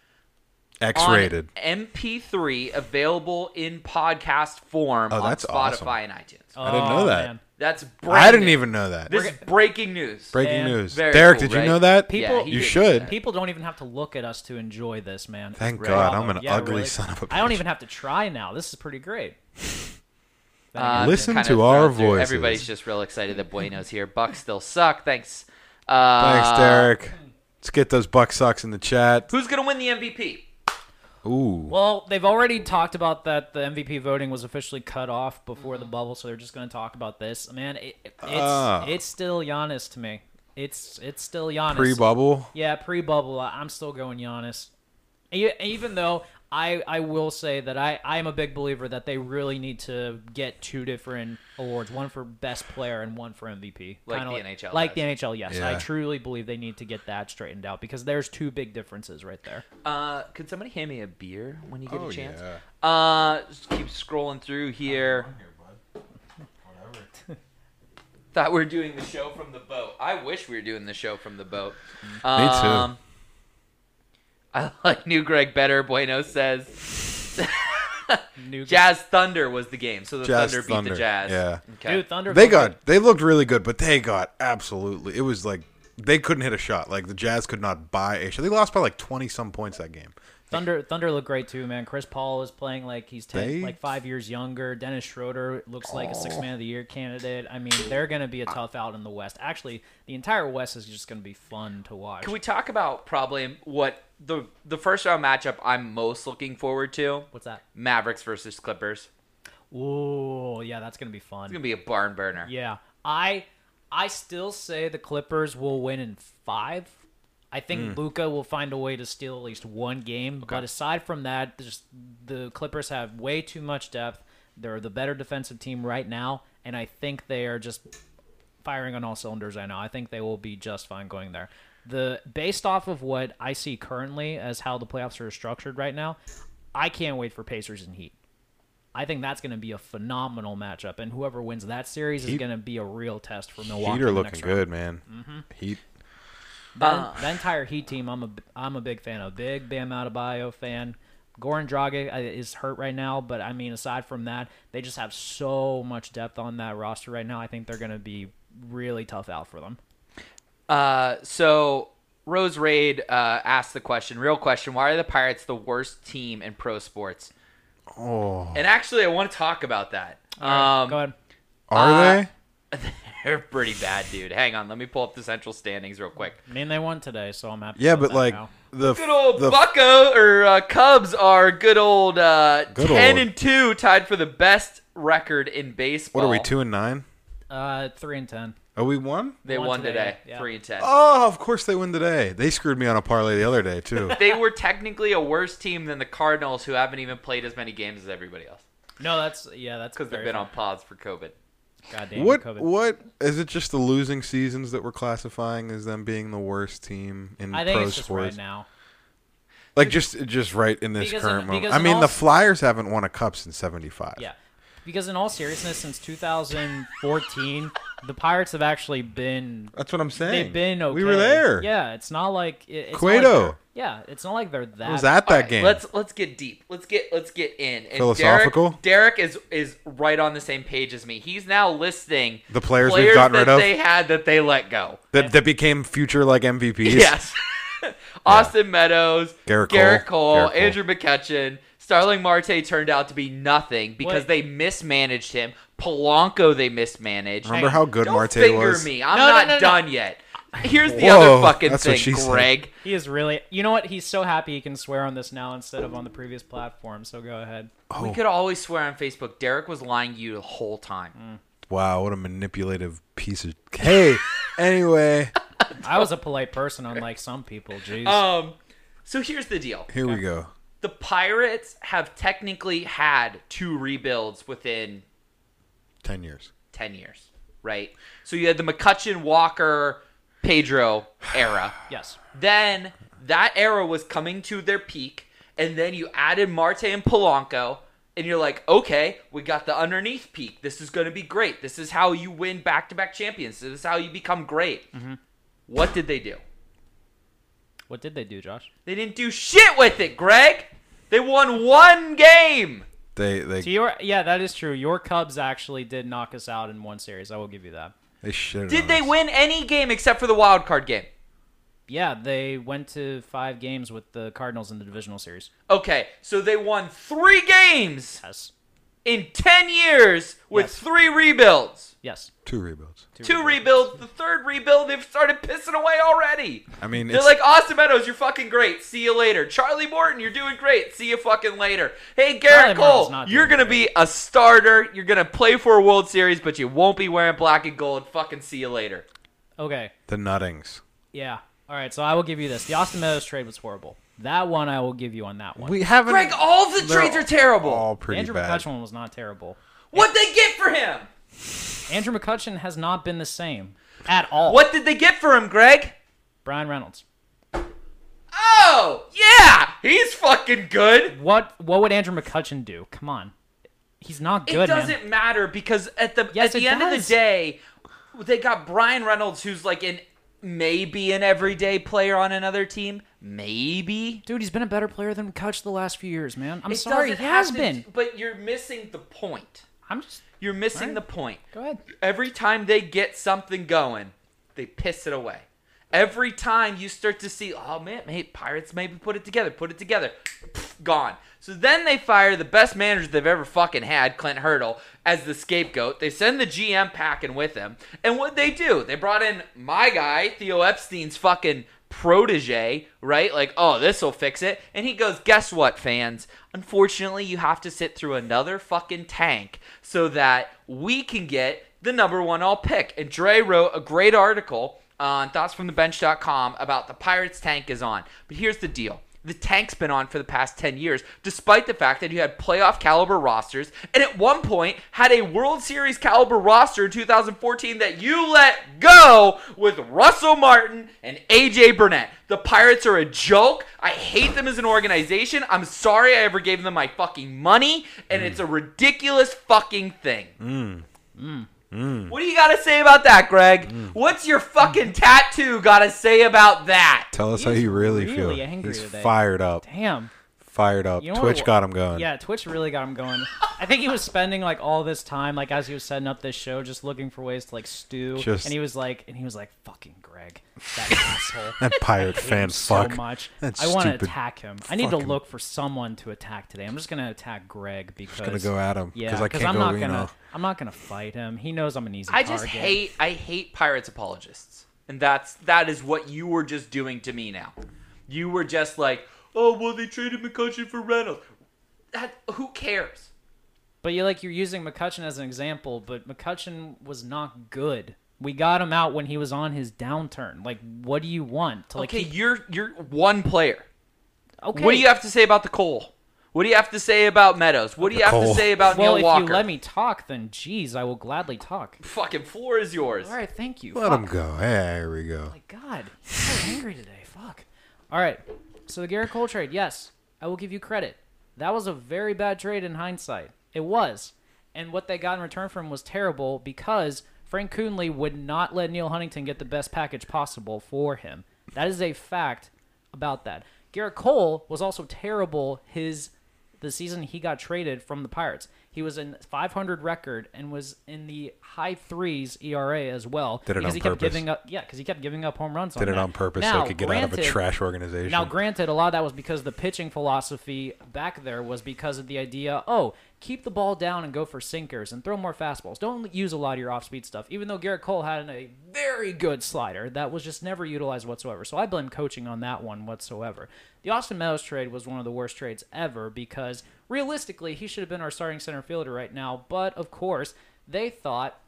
S4: X-rated.
S3: on MP3 available in podcast form
S4: Oh,
S3: on
S4: that's
S3: Spotify
S4: awesome.
S3: and iTunes.
S4: I didn't know
S2: Oh,
S4: that.
S2: man.
S3: That's brand
S4: I didn't
S3: new.
S4: even know that.
S3: This is breaking news.
S4: Breaking
S2: Man,
S4: news.
S3: very
S4: Derek,
S3: cool,
S4: did you
S3: right?
S4: know that?
S3: Yeah,
S2: People-
S3: he
S4: You
S3: did
S4: should.
S3: that.
S2: People don't even have to look at us to enjoy this, man.
S4: Thank
S3: Right.
S4: God,
S2: Bravo.
S4: I'm an
S2: Yeah,
S4: ugly
S2: really.
S4: son of a bitch.
S2: I don't even have to try now. This is pretty great.
S3: Uh,
S4: Listen
S3: kind
S4: to
S3: of
S4: our
S3: run through- Everybody's
S4: voices.
S3: just real excited that Bueno's here. Bucks still suck. Thanks. Uh,
S4: Thanks, Derek. Let's get those buck socks in the chat.
S3: Who's gonna win the MVP?
S4: Ooh.
S2: Well, they've already talked about that the MVP voting was officially cut off before the
S3: Mm-hmm.
S2: bubble, so they're just going to talk about this. Man, it, it's
S4: Ah.
S2: it's still Giannis to me. It's it's still Giannis.
S4: Pre bubble.
S2: yeah, pre-bubble. I- I'm still going Giannis. E- Even though I I will say that I I am a big believer that they really need to get two different awards, one for best player and one for MVP.
S3: Like
S2: Kinda
S3: the NHL
S2: Like
S3: does.
S2: the NHL, yes. I
S4: Yeah.
S2: truly believe they need to get that straightened out because there's two big differences right there.
S3: Uh, could somebody hand me a beer when you get
S4: Oh,
S3: a chance?
S4: yeah.
S3: Uh, just keep scrolling through here. Thought we were doing the show from the boat. I wish we were doing the show from the boat.
S4: Me too.
S3: Um, I like new Greg better. Bueno says
S2: New
S3: Jazz Thunder was the game, so the
S4: Jazz
S3: Thunder beat
S4: Thunder,
S3: the Jazz.
S4: yeah.
S3: Okay.
S2: Dude, Thunder.
S4: They got they looked really good, but they got absolutely it was like they couldn't hit a shot. Like the Jazz could not buy a shot. They lost by like twenty some points that game.
S2: Thunder Thunder look great too, man. Chris Paul is playing like he's ten,
S4: They-
S2: like five years younger. Dennis Schroeder looks like a six man of the year candidate. I mean, they're gonna be a tough out in the West. Actually, the entire West is just gonna be fun to watch.
S3: Can we talk about probably what the the first round matchup I'm most looking forward to?
S2: What's that?
S3: Mavericks versus Clippers.
S2: Ooh, yeah, that's gonna be fun.
S3: It's gonna be a barn burner.
S2: Yeah, I I still say the Clippers will win in five. I think Luca will find a way to steal at least one game. But aside from that, just the Clippers have way too much depth. They're the better defensive team right now, and I think they are just firing on all cylinders right now. I think they will be just fine going there. The based off of what I see currently as how the playoffs are structured right now, I can't wait for Pacers and Heat. I think that's going to be a phenomenal matchup, and whoever wins that series is
S4: Heat-
S2: going to be a real test for Milwaukee.
S4: Heat
S2: in the
S4: are looking
S2: next round.
S4: good, man. Heat
S2: The, the entire Heat team, I'm a I'm a big fan of. Big Bam Adebayo fan. Goran Dragic uh, is hurt right now, but I mean, aside from that, they just have so much depth on that roster right now. I think they're going to be really tough out for them.
S3: Uh, so Rose Raid uh, asked the question, real question: Why are the Pirates the worst team in pro sports? Oh. And actually, I want to talk about that. Um,
S2: Go ahead.
S4: are
S3: Uh,
S4: they?
S3: they're pretty bad, dude. Hang on, let me pull up the central standings real quick.
S2: I mean, they won today, so I'm happy.
S4: Yeah,
S2: about
S4: but
S2: that
S4: like
S2: now.
S4: the
S3: Good old
S4: the
S3: Bucko or uh, Cubs are good old uh,
S4: Good
S3: ten
S4: old.
S3: and two, tied for the best record in baseball.
S4: what are we two and nine?
S2: uh, three and ten.
S4: Are we one?
S3: They
S2: Won
S3: won
S2: today,
S3: today,
S2: yeah.
S3: three and ten.
S4: Oh, of course they win today. They screwed me on a parlay the other day too.
S3: They were technically a worse team than the Cardinals, who haven't even played as many games as everybody else
S2: No, that's yeah, that's
S3: because they've been on pause for COVID.
S2: Goddamn
S4: what
S2: COVID.
S4: what is it just the losing seasons that we're classifying as them being the worst team in
S2: I think
S4: pro
S2: it's just
S4: sports?
S2: right now.
S4: Like just just right in this
S2: Because in-
S4: current moment.
S2: because
S4: I
S2: in
S4: mean,
S2: all-
S4: the Flyers haven't won a cup since '75.
S2: Yeah. Because in all seriousness, since 2014, the Pirates have actually been
S4: that's what I'm saying.
S2: they've been okay.
S4: We were there.
S2: Yeah, it's not like it, it's not like
S4: Cueto.
S2: they're- yeah, it's not like they're that.
S4: I was at that
S3: All right,
S4: game.
S3: Let's let's get deep. Let's get let's get in. And
S4: Philosophical?
S3: Derek, Derek is is right on the same page as me. He's now listing
S4: The players we've gotten
S3: that
S4: rid of?
S3: They had that they let go.
S4: that that became future like MVPs.
S3: Yes. Austin Meadows,
S4: Garrett
S3: Cole,
S4: Cole, Garrett Cole.
S3: Andrew McCutcheon, Starling Marte turned out to be nothing because
S2: What?
S3: they mismanaged him. Polanco they mismanaged.
S4: Remember how good
S3: Don't
S4: Marte
S3: finger
S4: was?
S3: me. I'm
S2: No, no,
S3: not
S2: no, no.
S3: done yet. Here's the
S4: Whoa,
S3: other fucking
S4: that's
S3: thing,
S4: what she said.
S3: Greg.
S2: He is really. You know what? He's so happy he can swear on this now instead of on the previous platform. So go ahead.
S4: Oh.
S3: We could always swear on Facebook. Derek was lying to you the whole time.
S4: Wow, what a manipulative piece of. Hey, anyway,
S2: I was a polite person, unlike some people. Jeez.
S3: Um, so here's the deal:
S4: here we go.
S3: the Pirates have technically had two rebuilds within
S4: Ten years.
S3: ten years, right? So you had the McCutcheon, Walker, Pedro era.
S2: yes.
S3: Then that era was coming to their peak, and then you added Marte and Polanco, and you're like, okay, we got the underneath peak. This is going to be great. This is how you win back to back champions. This is how you become great. What did they do?
S2: What did they do, Josh?
S3: They didn't do shit with it, Greg. They won one game.
S4: They they
S2: To your, yeah, that is true. Your Cubs actually did knock us out in one series. I will give you that.
S4: they shit.
S3: Did they win any game except for the wild card game?
S2: Yeah, they went to five games with the Cardinals in the divisional series.
S3: Okay, so they won three games
S2: Yes,
S3: in ten years with
S2: Yes.
S3: three rebuilds.
S2: yes.
S4: two rebuilds?
S3: Two rebuilds. The third rebuild, they've started pissing away already.
S4: I mean,
S3: They're
S4: it's,
S3: like Austin Meadows, you're fucking great. See you later. Charlie Morton, you're doing great. See you fucking later. Hey Garrett
S2: Charlie Morton's
S3: Cole,
S2: not
S3: you're
S2: doing
S3: gonna be a starter. You're gonna play for a World Series, but you won't be wearing black and gold. Fucking see you later.
S2: Okay,
S4: the nuttings.
S2: yeah. All right, so I will give you this. The Austin Meadows trade was horrible. That one I will give you on that one.
S4: We haven't.
S3: Greg, all the
S4: They're
S3: trades are terrible.
S2: Oh.
S4: all pretty
S2: Andrew
S4: bad.
S2: McCutcheon was not terrible.
S3: What they get for him?
S2: Andrew McCutcheon has not been the same at all.
S3: What did they get for him, Greg?
S2: Brian Reynolds.
S3: Oh yeah, he's fucking good.
S2: What what would Andrew McCutcheon do? Come on. He's not
S3: It
S2: good. man.
S3: doesn't matter because at the
S2: Yes,
S3: at the
S2: it
S3: end of
S2: does.
S3: the day, they got Brian Reynolds, who's like an maybe an everyday player on another team, maybe.
S2: Dude, he's been a better player than McCutch the last few years, man. I'm
S3: It
S2: sorry, he
S3: doesn't
S2: has
S3: have to-
S2: been.
S3: But you're missing the point.
S2: I'm just
S3: You're missing
S2: Right.
S3: the point.
S2: go ahead.
S3: Every time they get something going, they piss it away. Every time you start to see, oh man, hey, Pirates maybe put it together, put it together, Pff, gone. So then they fire the best manager they've ever fucking had, Clint Hurdle, as the scapegoat. They send the GM packing with him. And what they do? They brought in my guy, Theo Epstein's fucking protege, right? Like, oh, this will fix it. And he goes, guess what, fans? Unfortunately, you have to sit through another fucking tank so that we can get the number one all pick. And Dre wrote a great article on thoughtsfromthebench.com about the Pirates tank is on. But here's the deal. The tank's been on for the past 10 years, despite the fact that you had playoff caliber rosters and at one point had a World Series caliber roster in 2014 that you let go with Russell Martin and AJ Burnett. The Pirates are a joke. I hate them as an organization. I'm sorry I ever gave them my fucking money, and it's a ridiculous fucking thing. Mm. What do you got to say about that, Greg? What's your fucking tattoo got to say about that?
S4: Tell us
S2: He
S4: how
S2: is
S4: you really,
S2: really
S4: feel.
S2: angry
S4: He's
S2: today.
S4: fired up.
S2: Damn.
S4: Fired up.
S2: You know
S4: Twitch
S2: what-
S4: got him going.
S2: Yeah, Twitch really got him going. I think he was spending like all this time, like as he was setting up this show, just looking for ways to like stew.
S4: Just-
S2: and he was like, and he was like, fucking Greg, that asshole.
S4: That pirate fan
S2: so
S4: fuck.
S2: much.
S4: That
S2: I want to
S4: stupid
S2: attack him. I need to
S4: fucking-
S2: look for someone to attack today. I'm just gonna attack Greg because
S4: gonna go at him,
S2: Yeah,
S4: 'cause I can't
S2: am
S4: go
S2: not
S4: Reno.
S2: gonna. I'm not gonna fight him. He knows I'm an easy.
S3: I just
S2: target.
S3: hate I hate pirates apologists. And that's that is what you were just doing to me now. You were just like, "Oh, well they traded McCutcheon for Reynolds." That who cares?
S2: But you like you're using McCutcheon as an example, but McCutcheon was not good. We got him out when he was on his downturn. Like, what do you want? To like,
S3: Okay,
S2: keep-
S3: you're you're one player.
S2: okay.
S3: What do you have to say about the Cole? What do you have to say about Meadows? What do you have
S4: Cole.
S3: to say about
S2: Well,
S3: Neil
S2: if
S3: Walker?
S2: you let me talk, then geez, I will gladly talk.
S3: fucking floor is yours.
S2: All right, thank you.
S4: Let
S2: Fuck.
S4: him go. There we go.
S2: My God, I'm so angry today. Fuck. All right. So the Garrett Cole trade, yes, I will give you credit. That was a very bad trade in hindsight. It was, and what they got in return for him was terrible because Frank Coonley would not let Neil Huntington get the best package possible for him. That is a fact about that. Garrett Cole was also terrible his the season he got traded from the Pirates. He was in 500 record and was in the high threes ERA as well
S4: Did it
S2: because
S4: on
S2: he kept
S4: purpose.
S2: giving up- yeah, because he kept giving up home runs.
S4: Did
S2: on
S4: it
S2: that.
S4: on purpose so
S2: Now,
S4: it could get out of a
S2: granted-
S4: trash organization.
S2: Now, granted, a lot of that was because the pitching philosophy back there was because of the idea, oh, keep the ball down and go for sinkers and throw more fastballs. Don't use a lot of your off-speed stuff. Even though Garrett Cole had a very good slider that was just never utilized whatsoever. So I blame coaching on that one whatsoever. The Austin Meadows trade was one of the worst trades ever because realistically, he should have been our starting center fielder right now. But of course, they thought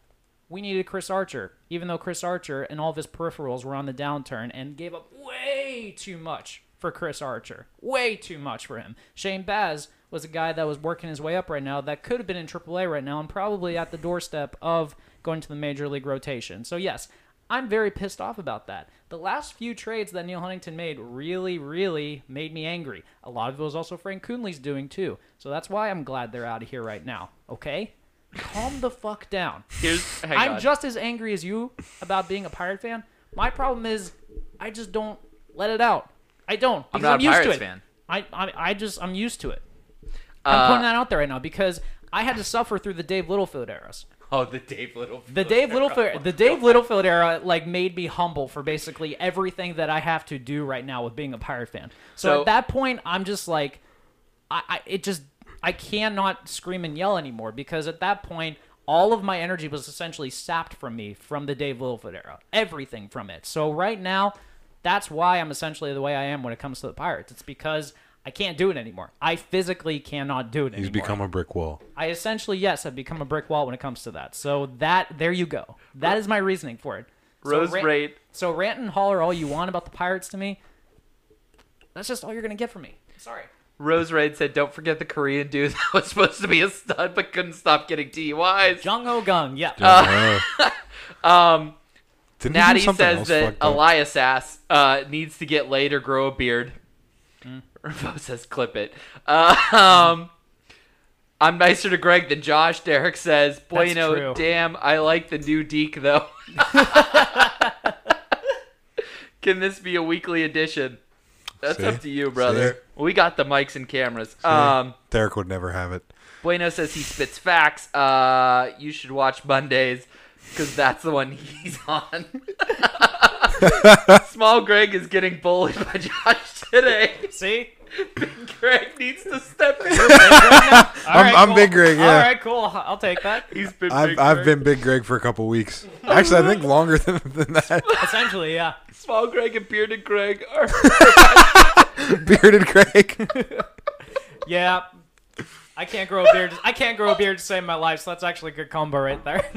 S2: we needed Chris Archer, even though Chris Archer and all of his peripherals were on the downturn and gave up way too much for Chris Archer. Way too much for him. Shane Baz was a guy that was working his way up right now that could have been in AAA right now and probably at the doorstep of going to the major league rotation. So, yes, I'm very pissed off about that. The last few trades that Neil Huntington made really, really made me angry. A lot of it was also Frank Coonley's doing too. So that's why I'm glad they're out of here right now. Okay? Calm the fuck down.
S3: Here's hang
S2: I'm
S3: on.
S2: just as angry as you about being a pirate fan. My problem is I just don't let it out. I don't. because
S3: I'm not a
S2: used to
S3: Pirates
S2: it.
S3: fan.
S2: I, I I just I'm used to it. I'm
S3: Uh,
S2: putting that out there right now because I had to suffer through the Dave Littlefield eras.
S3: oh, the Dave Little.
S2: The Dave Littlefield the Dave Littlefield era like made me humble for basically everything that I have to do right now with being a pirate fan. So,
S3: So-
S2: at that point, I'm just like, I, I it just I cannot scream and yell anymore because at that point. All of my energy was essentially sapped from me from the Dave Littlefield era. Everything from it. So right now, that's why I'm essentially the way I am when it comes to the Pirates. It's because I can't do it anymore. I physically cannot do it
S4: He's
S2: anymore.
S4: become a brick wall.
S2: I essentially, yes, I've become a brick wall when it comes to that. So that there you go. That is my reasoning for it.
S3: Rose
S2: so rant-
S3: rate.
S2: So rant and holler all you want about the pirates to me. That's just all you're gonna get from me. Sorry.
S3: Rose Raid said, "Don't forget the Korean dude that was supposed to be a stud but couldn't stop getting DUIs."
S2: Jung Oh Gung. Yeah.
S3: Um,
S4: Didn't he do
S3: Natty
S4: something
S3: says
S4: else
S3: that
S4: fucked up?
S3: Elias ass uh, needs to get laid or grow a beard. Revo says, "Clip it." Uh, um, I'm nicer to Greg than Josh. Derek says, "Bueno,
S2: true.
S3: damn, I like the new Deke though." Can this be a weekly edition? That's
S4: See?
S3: up to you, brother. We got the mics and cameras. Um,
S4: Derek would never have it.
S3: Bueno says he spits facts. Uh, you should watch Mondays because that's the one he's on. Small Greg is getting bullied by Josh today.
S2: See.
S3: Greg needs to step in.
S2: All right,
S4: I'm
S2: cool.
S4: Big Rig, yeah.
S2: All right, cool. I'll take that.
S3: He's been.
S4: I've,
S3: big
S4: I've
S3: Greg.
S4: been Big Greg for a couple weeks. Actually, I think longer than, than that.
S2: Essentially, yeah.
S3: Small Greg and bearded Greg are.
S4: Bearded Greg.
S2: Yeah. I can't grow a beard. I can't grow a beard to save my life. So that's actually a good combo right there.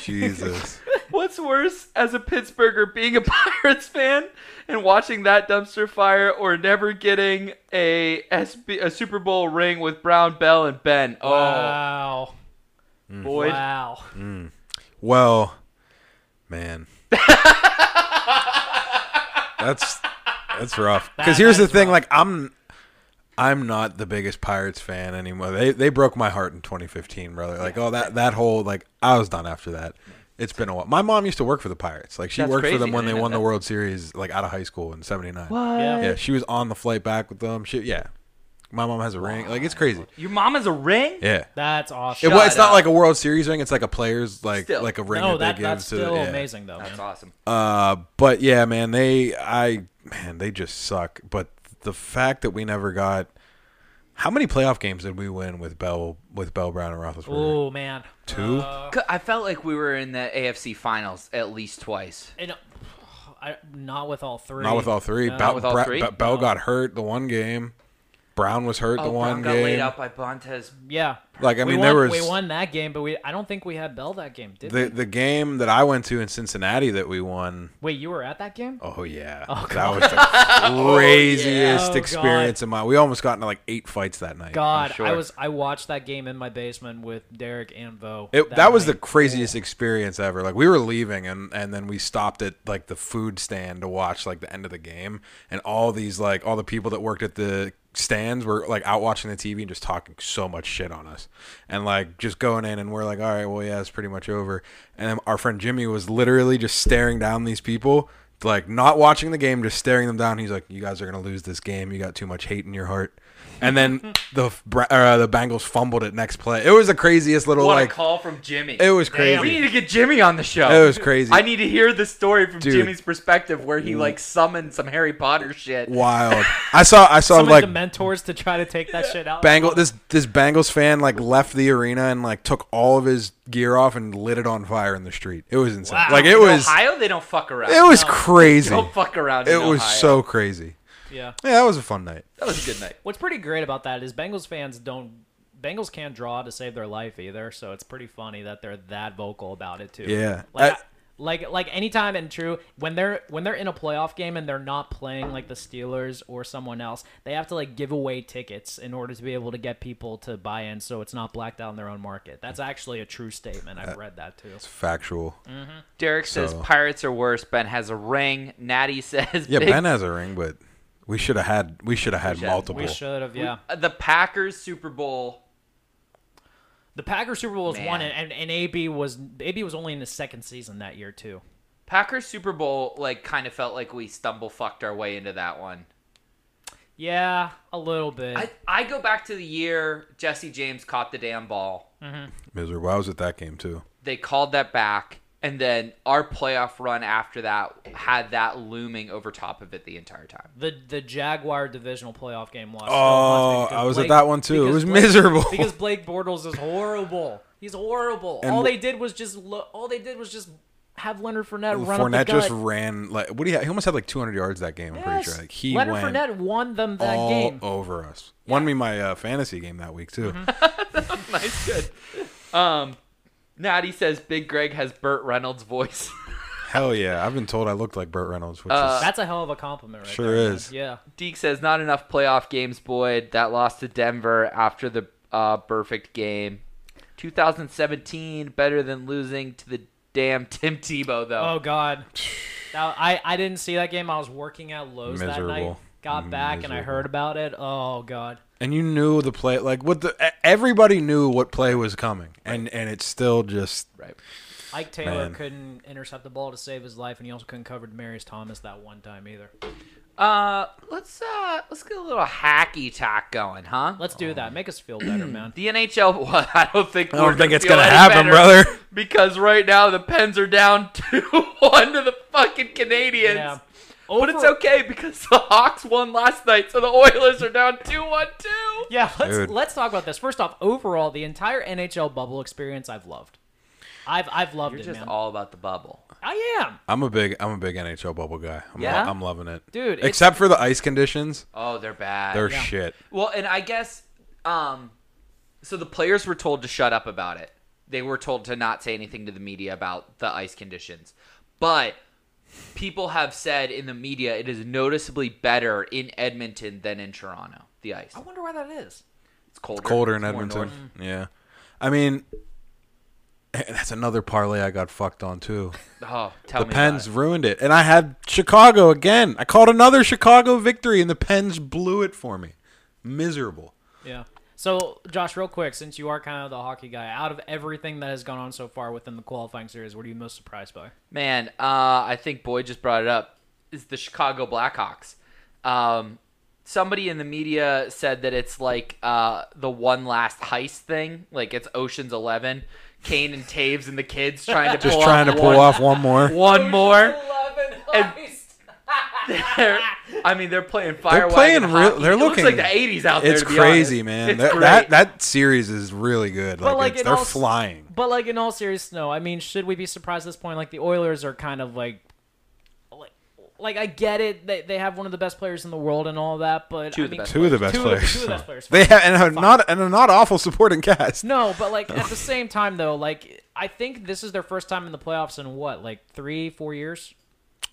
S4: Jesus.
S3: What's worse, as a Pittsburgher, being a Pirates fan and watching that dumpster fire, or never getting a SB, a Super Bowl ring with Brown, Bell, and Ben? Oh,
S2: Wow.
S3: Boyd.
S2: Wow.
S4: Well, man. that's that's rough. Because
S2: That-
S4: here's the
S2: that's
S4: thing: like I'm, I'm not the biggest Pirates fan anymore. They they broke my heart in 2015, brother. Like oh that that whole like I was done after that. It's been a while. My mom used to work for the Pirates. Like she
S3: That's
S4: worked for
S3: crazy.
S4: them when
S3: I
S4: they
S3: didn't
S4: won
S3: know
S4: the
S3: that.
S4: World Series, like out of high school in '79.
S2: Yeah.
S4: Yeah, she was on the flight back with them. She yeah. My mom has a ring. Like it's crazy.
S3: Your mom has a ring?
S4: Yeah.
S2: That's awesome.
S4: It, well, it's
S3: Shut
S4: not
S3: up.
S4: like a World Series ring. It's like a player's like
S3: Still.
S4: like a ring
S2: no,
S4: that they
S2: Oh, that,
S4: give
S2: that's
S4: to.
S2: still
S4: the, yeah.
S2: amazing though. man.
S3: That's awesome.
S4: Uh, but yeah, man, they I man, they just suck. But the fact that we never got how many playoff games did we win with Bell with Bell Brown and Roethlisberger?
S2: Oh man.
S4: Two.
S3: I felt like we were in the AFC finals at least twice.
S2: And, I, not with all three.
S4: Not with all three. Bell,
S3: with all
S4: Bra-
S3: three?
S4: Be- Bell got hurt the one game. Brown was hurt the one
S3: Oh, got
S4: game.
S3: laid out by Bontes.
S2: Yeah.
S4: Like, I
S2: we
S4: mean,
S2: won,
S4: there was-
S2: we won that game, but we I don't think we had Bell that game, did we?
S4: The the game that I went to in Cincinnati that we won.
S2: Wait, you were at that game?
S4: Oh yeah, that was the craziest
S2: Oh, God.
S4: experience of my. We almost got into like eight fights that night.
S2: God,
S3: sure.
S2: I was I watched that game in my basement with Derek and Vo.
S4: It, that, was the
S2: night.
S4: craziest experience ever. Like we were leaving, and and then we stopped at like the food stand to watch like the end of the game, and all these like all the people that worked at the stands were like out watching the TV and just talking so much shit on us, and like just going in, and we're like, all right, well yeah, it's pretty much over. And then our friend Jimmy was literally just staring down these people. Like not watching the game, just staring them down. He's like, "You guys are gonna lose this game. You got too much hate in your heart." And then the Bra- uh, the Bengals fumbled it next play. It was the craziest little
S3: What
S4: like
S3: a call from Jimmy.
S4: it was crazy.
S3: we need to get Jimmy on the show.
S4: It was crazy.
S3: I need to hear the story from
S4: Dude. Mm.
S3: Jimmy's perspective where he like summoned some Harry Potter shit.
S4: wild. I saw I saw
S2: Some of
S4: like
S2: the mentors to try to take that shit out.
S4: Bengals this this Bengals fan like left the arena and like took all of his gear off and lit it on fire in the street. It was insane. Like it
S3: In
S4: was
S3: Ohio, they don't fuck around.
S4: it was crazy.
S3: don't fuck around.
S4: It
S3: in
S4: was
S3: Ohio.
S4: so crazy.
S2: Yeah.
S4: Yeah, that was a fun night.
S3: That was a good night.
S2: What's pretty great about that is Bengals fans don't Bengals can't draw to save their life either, so it's pretty funny that they're that vocal about it too.
S4: Yeah.
S2: Like
S4: I-
S2: like like anytime and true when they're when they're in a playoff game and they're not playing like the Steelers or someone else, they have to like give away tickets in order to be able to get people to buy in so it's not blacked out in their own market. That's actually a true statement. I've read that too.
S4: It's factual.
S2: Mm.
S3: Derek says
S4: So-
S3: pirates are worse. Ben has a ring. Natty says
S4: Yeah,
S3: big-
S4: Ben has a ring, but we should have had we should have had
S3: should-
S4: multiple.
S2: We should have, yeah.
S3: the Packers Super Bowl.
S2: The Packers Super Bowl was one,
S3: Man.
S2: and, and AB was AB was only in his second season that year too.
S3: Packers Super Bowl like kind of felt like we stumble fucked our way into that one.
S2: Yeah, a little bit.
S3: I, I go back to the year Jesse James caught the damn ball.
S4: Misery. Well, I was at that game too.
S3: They called that back, and then our playoff run after that had that looming over top of it the entire time.
S2: the the Jaguar divisional playoff game lost.
S4: Oh, I was at that one, too. It was miserable.
S2: because Blake Bortles is horrible. He's horrible.
S4: And
S2: all
S4: wh-
S2: they did was just lo- all they did was just have Leonard Fournette run up
S4: Fournette
S2: the
S4: just
S2: gut.
S4: ran like what do you? He almost had like 200 yards that game. I'm pretty
S2: Yes.
S4: sure. Like he
S2: Leonard
S4: went
S2: Fournette won them that
S4: all
S2: game. Mm-hmm.
S4: over us. Won me my uh, fantasy game that week too.
S3: nice, good. Um, Natty says Big Greg has Burt Reynolds' voice.
S4: Hell yeah! I've been told I looked like Burt Reynolds, which
S3: Uh,
S4: is
S2: That's a hell of a compliment, right?
S4: Sure
S2: there, man.
S4: is.
S2: Yeah.
S3: Deke says not enough playoff games, Boyd. That loss to Denver after the uh, perfect game. 2017, better than losing to the damn Tim Tebow though.
S2: Oh God. Now I I didn't see that game. I was working at Lowe's that night.
S4: Miserable.
S2: Got back and I heard
S4: Miserable.
S2: about it. Oh God.
S4: and you knew the play like what the e- everybody knew what play was coming and and it's still just
S3: Right.
S2: Ike Taylor
S4: Man.
S2: couldn't intercept the ball to save his life, and he also couldn't cover Demarius Thomas that one time either.
S3: Uh, let's uh, let's get a little hacky tack going, huh?
S2: Let's do that. Make us feel better, man.
S3: The NHL. Well, I don't think.
S4: I don't
S3: we're
S4: think it's
S3: feel
S4: gonna
S3: any
S4: happen,
S3: better
S4: brother.
S3: Because right now the Pens are down two one to the fucking Canadians.
S2: Yeah.
S3: But it's okay because the Hawks won last night, so the Oilers are down two one two.
S2: Yeah, let's
S4: Dude.
S2: let's talk about this. First off, overall, the entire NHL bubble experience, I've loved. I've I've loved
S3: You're
S2: it,
S3: just
S2: man.
S3: all about the bubble.
S2: I am,
S4: I'm a big I'm a big NHL bubble guy. I'm,
S3: Yeah?
S4: I'm loving it,
S2: Dude, it's-
S4: Except for the ice conditions,
S3: Oh, they're bad.
S4: they're
S2: Yeah.
S4: shit.
S3: well, and I guess um so the players were told to shut up about it. They were told to not say anything to the media about the ice conditions. But people have said in the media it is noticeably better in Edmonton than in Toronto, the ice.
S2: I wonder why that is.
S3: It's colder.
S4: colder in
S3: It's more Mm.
S4: Edmonton.
S3: north.
S4: Yeah, I mean, eh, that's another parlay I got fucked on too.
S3: Oh, tell
S4: The
S3: me. about
S4: Pens
S3: it.
S4: ruined it, and I had Chicago again. I called another Chicago victory, and the Pens blew it for me. Miserable.
S2: Yeah. So, Josh, real quick, since you are kind of the hockey guy, out of everything that has gone on so far within the qualifying series, what are you most surprised by?
S3: Man, uh, I think Boyd just brought it up. Is the Chicago Blackhawks? Um, somebody in the media said that it's like uh, the one last heist thing, like it's Ocean's Eleven. Kane and Taves and the kids trying to
S4: Just
S3: pull
S4: trying
S3: off
S4: to pull
S3: one,
S4: off one more.
S3: one more.
S2: And-
S3: They're- I mean, they're playing fire.
S4: playing
S3: wagon
S4: real-
S3: hockey.
S4: they're
S3: It looks like
S4: looking-
S3: the '80s out there.
S4: It's
S3: to be
S4: crazy,
S3: honest.
S4: man.
S3: It's
S4: That,
S3: great.
S4: that that series is really good. Like,
S2: like,
S4: it's-
S2: it
S4: they're
S2: all s-
S4: flying.
S2: But like in all seriousness, no. I mean, should we be surprised at this point? Like the Oilers are kind of like, like, like I get it. They they have one of the best players in the world and all that. But
S3: Two
S2: I
S3: of the
S2: mean,
S3: best
S4: Two of the best
S2: two
S4: players.
S2: Of the, two of the best players.
S4: They have and a not and a not awful supporting cast.
S2: No, but like at the same time though, like I think this is their first time in the playoffs in what, like three, four years,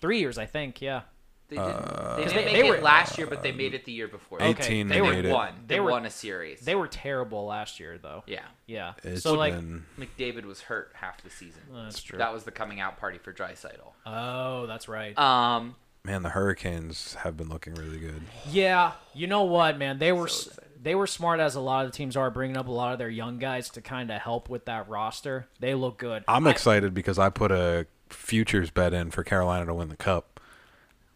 S2: three years, I think. Yeah.
S3: They didn't, they didn't
S2: they-
S3: make
S2: they
S3: it
S2: were-
S3: last year, but they made it the year before.
S4: Okay. 18
S3: They
S4: uh, they
S3: were
S4: made it.
S3: one. They,
S2: They were-
S3: won a series.
S2: They were terrible last year though.
S3: yeah.
S2: Yeah.
S4: It's
S2: so like,
S4: been-
S3: McDavid was hurt half the season. That's
S2: true.
S3: That was the coming out party for Dreisaitl.
S2: oh, that's right.
S3: Um,
S4: man, the Hurricanes have been looking really good.
S2: Yeah, you know what, man? They were s
S3: excited.
S2: they were smart as a lot of the teams are bringing up a lot of their young guys to kind of help with that roster. They look good.
S4: I'm excited because I put a futures bet in for Carolina to win the cup,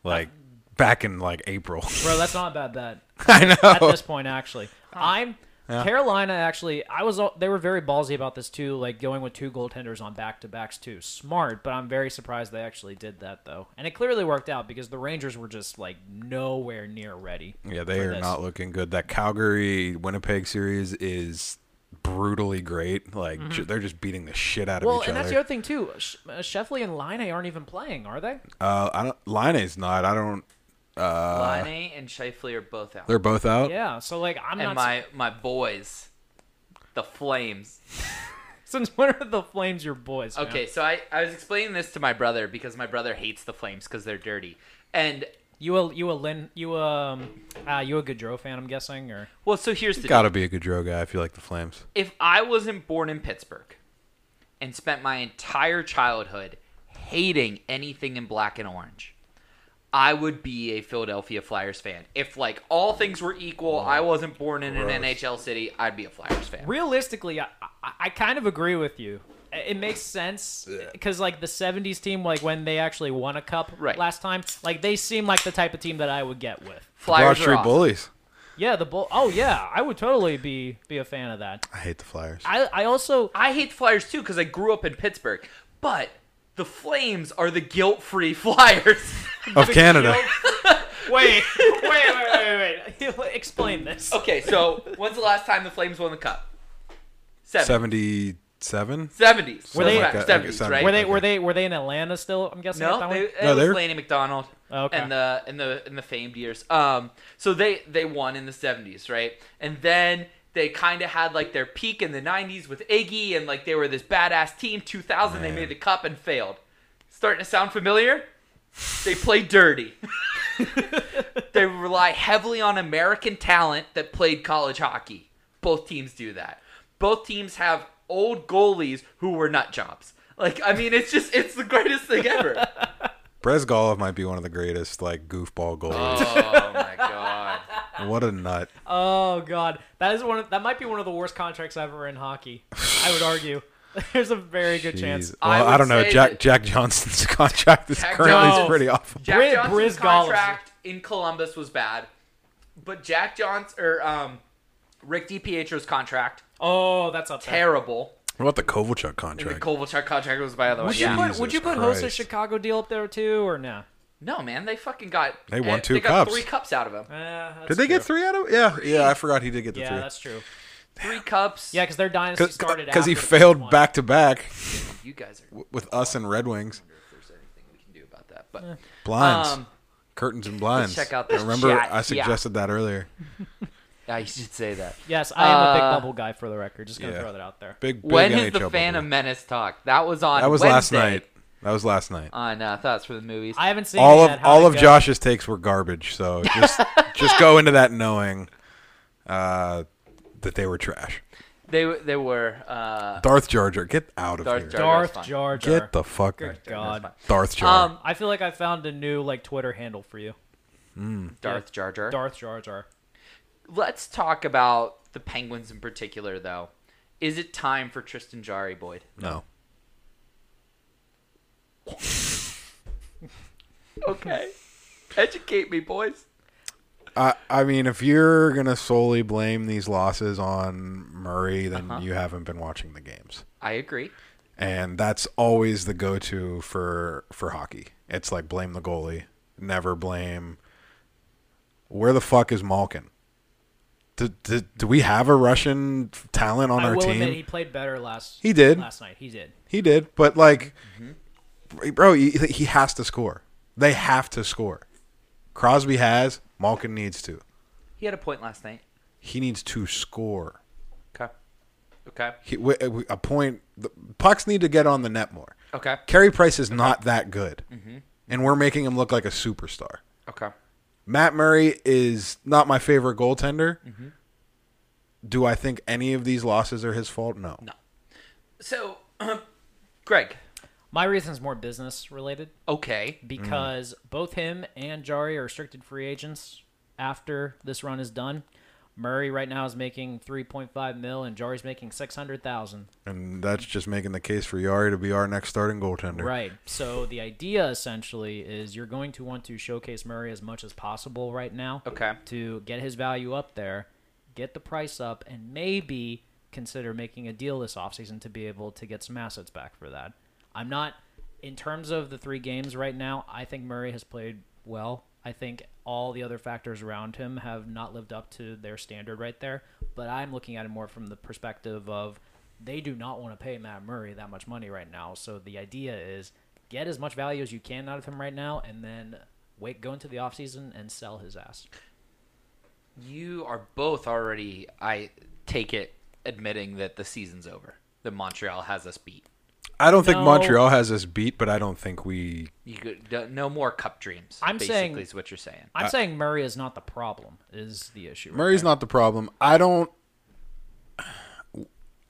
S4: like back in like April.
S2: Bro, that's not a bad bet
S4: I
S2: at
S4: know.
S2: this point actually. I'm Carolina actually I was all- they were very ballsy about this too, like going with two goaltenders on back-to-backs too. Smart, but I'm very surprised they actually did that though. And it clearly worked out because the Rangers were just like nowhere near ready.
S4: Yeah, they
S2: for
S4: are
S2: this.
S4: not looking good. That Calgary Winnipeg series is brutally great. Like ju- they're just beating the shit out of
S2: Mm-hmm. Well,
S4: each
S2: and
S4: other.
S2: that's the other thing too. Sh- uh, Sheffley and Line aren't even playing, are they?
S4: uh, I don't. Line's not. I don't.
S3: Laine and Shifley are both out.
S4: They're both out.
S2: Yeah, so like I'm
S3: And
S2: not
S3: my, my boys, the Flames.
S2: Since when are the Flames your boys? man?
S3: Okay, so I, I was explaining this to my brother because my brother hates the Flames because they're dirty. And,
S2: you a you a Lin you um uh, you a Gaudreau fan? I'm guessing, or
S3: well, so here's the
S4: Gotta be a Gaudreau guy if you like the Flames.
S3: if I wasn't born in Pittsburgh and spent my entire childhood hating anything in black and orange, I would be a Philadelphia Flyers fan. If like all things were equal, I wasn't born in an NHL city, I'd be a Flyers fan.
S2: realistically, I, I I kind of agree with you. it makes sense because like the 70s team like when they actually won a cup
S3: Right.
S2: last time like they seem like the type of team that i would get with
S4: Broad
S3: Flyers are
S4: Street
S3: awesome.
S4: Bullies.
S2: yeah the bull oh yeah i would totally be be a fan of that
S4: I hate the Flyers.
S2: i i also
S3: I hate the Flyers too because I grew up in Pittsburgh, but the Flames are the guilt-free Flyers.
S4: Of Canada.
S2: wait wait wait wait wait explain this
S3: okay, so when's the last time the Flames won the cup? Seven.
S4: 77?
S3: 70s.
S2: Were they-
S3: That's right,
S4: Okay, okay,
S3: 70s,
S4: seven.
S3: right?
S2: were they were they were they in atlanta still i'm guessing at
S3: No,
S2: that
S3: they,
S2: one?
S3: it
S4: No,
S3: was
S4: they're-
S3: Laney McDonald
S2: Oh, okay.
S3: and uh, the and the in the famed years. Um, so they they won in the '70s, right? And then they kind of had like their peak in the '90s with Iggy, and like they were this badass team. 2000, they
S4: Man.
S3: made the cup and failed. Starting to sound familiar? They play dirty. they rely heavily on American talent that played college hockey. Both teams do that. Both teams have old goalies who were nut jobs. Like, I mean, it's just, it's the greatest thing ever.
S4: Brezgalov might be one of the greatest like goofball goalies.
S3: Oh my god.
S4: What a nut.
S2: oh god that is one of, that might be one of the worst contracts ever in hockey i would argue there's a very good chance
S4: Jeez. Well,
S3: would
S4: I, don't know.
S3: say
S4: Jack
S3: that-
S4: Jack Johnson's contract is
S3: Jack
S4: currently
S2: Johnson-
S4: pretty awful.
S3: Jack
S2: Bri-
S3: Johnson's
S2: Briz Golliver.
S3: contract in Columbus was bad. But Jack Johnson or um Rick DiPietro's contract,
S2: oh that's up there.
S3: terrible.
S4: What about the Kovalchuk
S3: And the
S4: contract?
S3: Kovalchuk contract was by the other way.
S2: Would you
S3: Yeah.
S2: put Would
S4: Jesus
S2: you put Hosa's
S4: Christ.
S2: Chicago deal up there too, or no?
S3: No man, they fucking got
S4: They won
S3: eh,
S4: two
S3: they got
S4: cups.
S3: three cups out of him.
S4: Did they get three out of it? Yeah, yeah. I forgot he did get the
S2: Eh, Yeah,
S4: three.
S2: that's true.
S3: Three cups.
S2: Yeah, because their dynasty started
S4: because he
S2: after the first
S4: failed
S2: one.
S4: back to back
S3: You guys are
S4: with us and Red Wings
S3: if there's anything we can do about that. But
S4: blinds,
S3: Um,
S4: curtains and blinds.
S3: check out this
S4: I remember
S3: chat,
S4: I
S3: yeah.
S4: suggested that earlier.
S3: I should say that.
S2: Yes, I am a big
S3: Uh,
S2: bubble guy for the record. Just gonna
S4: yeah.
S2: throw that out there.
S4: Big, big
S3: when
S4: NHL
S3: is the
S4: bubble.
S3: Phantom Menace talk? That was on
S4: That was last
S3: Wednesday
S4: night. That was last night.
S3: on uh, Thoughts for the Movies.
S2: I haven't seen
S4: all
S2: it
S4: of
S2: yet. How'd
S4: all
S2: it
S4: of
S2: go?
S4: Josh's takes were garbage. So just just go into that knowing uh, that they were trash.
S3: they they were uh
S4: Darth Jar Jar, get out of
S3: Darth
S4: here.
S3: Jar Jar.
S2: Darth
S3: That's fine.
S2: Jar Jar.
S4: Get the fuck
S2: Good
S4: out.
S2: God.
S4: Darth Jar.
S3: um
S2: I feel like I found a new like Twitter handle for you,
S3: Darth Jar Jar.
S2: Darth Jar Jar.
S3: Let's talk about the Penguins in particular, though. Is it time for Tristan Jari, Boyd?
S4: no.
S3: Okay. Educate me, boys.
S4: I I mean, if you're gonna solely blame these losses on Murray, then
S2: Uh-huh.
S4: you haven't been watching the games,
S3: I agree.
S4: and that's always the go-to for for hockey. It's like blame the goalie, never blame. Where the fuck is Malkin? Do, do, do we have a Russian talent on
S2: I
S4: our
S2: will
S4: team?
S2: admit he played better last.
S4: He did.
S2: last Mm-hmm. night. He did.
S4: He did, but like, bro, he, he has to score. They have to score. Crosby has. Malkin needs to.
S3: He had a point last night.
S4: He needs to score.
S3: Okay. Okay.
S4: He, w- w- a point. The, pucks need to get on the net more.
S3: Okay.
S4: Carey Price is not that good,
S2: Mm-hmm.
S4: and we're making him look like a superstar.
S3: Okay.
S4: Matt Murray is not my favorite goaltender.
S2: Mm-hmm.
S4: Do I think any of these losses are his fault? No.
S3: So, Greg.
S2: My reason's more business related
S3: Okay.
S2: because both him and Jari are restricted free agents after this run is done. Murray right now is making 3.5 mil and Jari's making 600,000.
S4: And that's just making the case for Yari to be our next starting goaltender.
S2: Right. So the idea essentially is you're going to want to showcase Murray as much as possible right now.
S3: Okay.
S2: To get his value up there, get the price up, and maybe consider making a deal this offseason to be able to get some assets back for that. I'm not, in terms of the three games right now, I think Murray has played well. I think all the other factors around him have not lived up to their standard right there. But I'm looking at it more from the perspective of they do not want to pay Matt Murray that much money right now. So the idea is get as much value as you can out of him right now and then wait go into the offseason and sell his ass.
S3: You are both already, I take it, admitting that the season's over. That Montreal has us beat.
S4: I don't think
S2: No.
S4: Montreal has us beat, but I don't think we.
S3: You could, no more cup dreams.
S2: I'm
S3: basically
S2: saying-
S3: is what you're saying.
S2: I'm saying Murray is not the problem is the issue. right
S4: Murray's
S2: there.
S4: not the problem. I don't.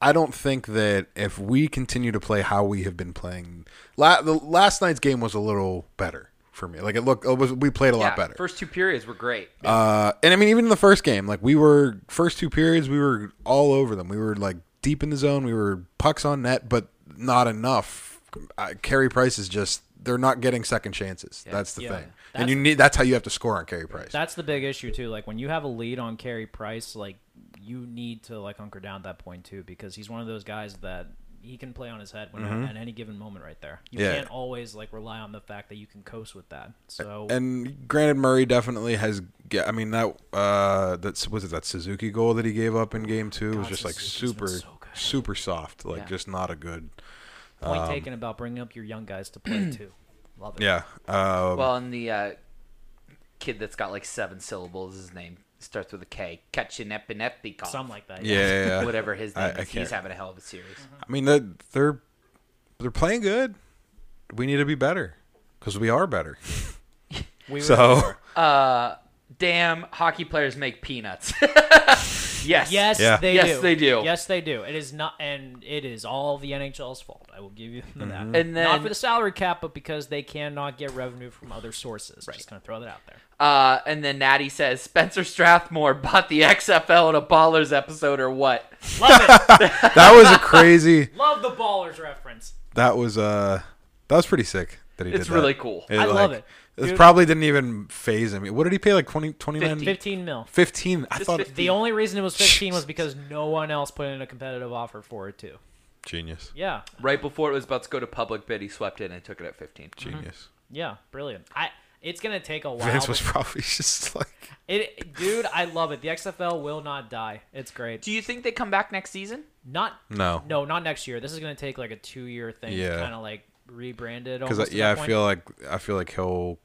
S4: I don't think that if we continue to play how we have been playing, la- the last night's game was a little better for me. Like it looked, it was, we played a lot better.
S3: First two periods were great.
S4: Uh, and I mean, even in the first game, like we were first two periods, we were all over them. We were like deep in the zone. We were pucks on net, but not enough. Uh, Carey Price is just they're not getting second chances. That's the
S2: Yeah.
S4: thing,
S2: That's-
S4: and you need that's how you have to score on Carey Price.
S2: That's the big issue too. Like when you have a lead on Carey Price, like you need to like hunker down at that point too, because he's one of those guys that he can play on his head when, at any given moment right there. You
S4: Mm-hmm. Yeah.
S2: can't always like rely on the fact that you can coast with that. So
S4: And granted, Murray definitely has. ge- I mean that uh, that's was it that Suzuki goal that he gave up in game two was
S2: God,
S4: just like
S2: Suzuki's
S4: super
S2: been so good.
S4: super soft, like
S3: Yeah.
S4: just not a good.
S2: point taken about bringing up your young guys to play too. Love it.
S4: um, Yeah, uh,
S3: Well, and the uh, kid that's got like seven syllables, his name starts with a K. Ketchinepinepikov.
S2: Something like that.
S4: yeah, yeah, yeah.
S3: Whatever his
S4: I-
S3: name
S4: I
S3: is,
S4: can't-
S3: he's having a hell of a series.
S2: Mm-hmm.
S4: I mean they're, they're they're playing good. We need to be better because we are better.
S2: We were,
S4: So
S3: Uh, damn, hockey players make peanuts. yes.
S2: Yes,
S4: Yeah.
S2: they
S3: Yes,
S2: do.
S3: they do.
S2: Yes, they do. It is not, and it is all the NHL's fault. I will give you that.
S4: Mm-hmm.
S2: not
S3: And then
S2: for the salary cap, but because they cannot get revenue from other sources. Just gonna throw that out there.
S3: Uh, and then Natty says, Spencer Strathmore bought the XFL in a Ballers episode or what?
S2: Love it.
S4: that was a crazy.
S2: Love the ballers reference.
S4: That was uh that was pretty sick that he did
S3: It's
S4: that.
S3: really cool.
S2: I love it.
S4: This
S2: Dude.
S4: probably didn't even phase him. What did he pay? Like 20, 29?
S3: 15.
S2: 15 mil.
S4: 15. I thought
S3: 15.
S2: The only reason it was 15 was because no one else put in a competitive offer for it too.
S4: genius.
S2: Yeah.
S3: Right before it was about to go to public bid, he swept in and took it at 15.
S4: Genius.
S2: Yeah, brilliant. I it's going to take a while.
S4: Vince was
S2: but-
S4: probably just like
S2: It, dude, I love it. The XFL will not die. It's great.
S3: Do you think they come back next season?
S2: Not
S4: no.
S2: No, not next year. This is going to take like a 2-year thing
S4: Yeah.
S2: kind of like rebranded
S4: Cuz
S2: almost to
S4: uh, yeah, I
S2: that point.
S4: feel like I feel like he'll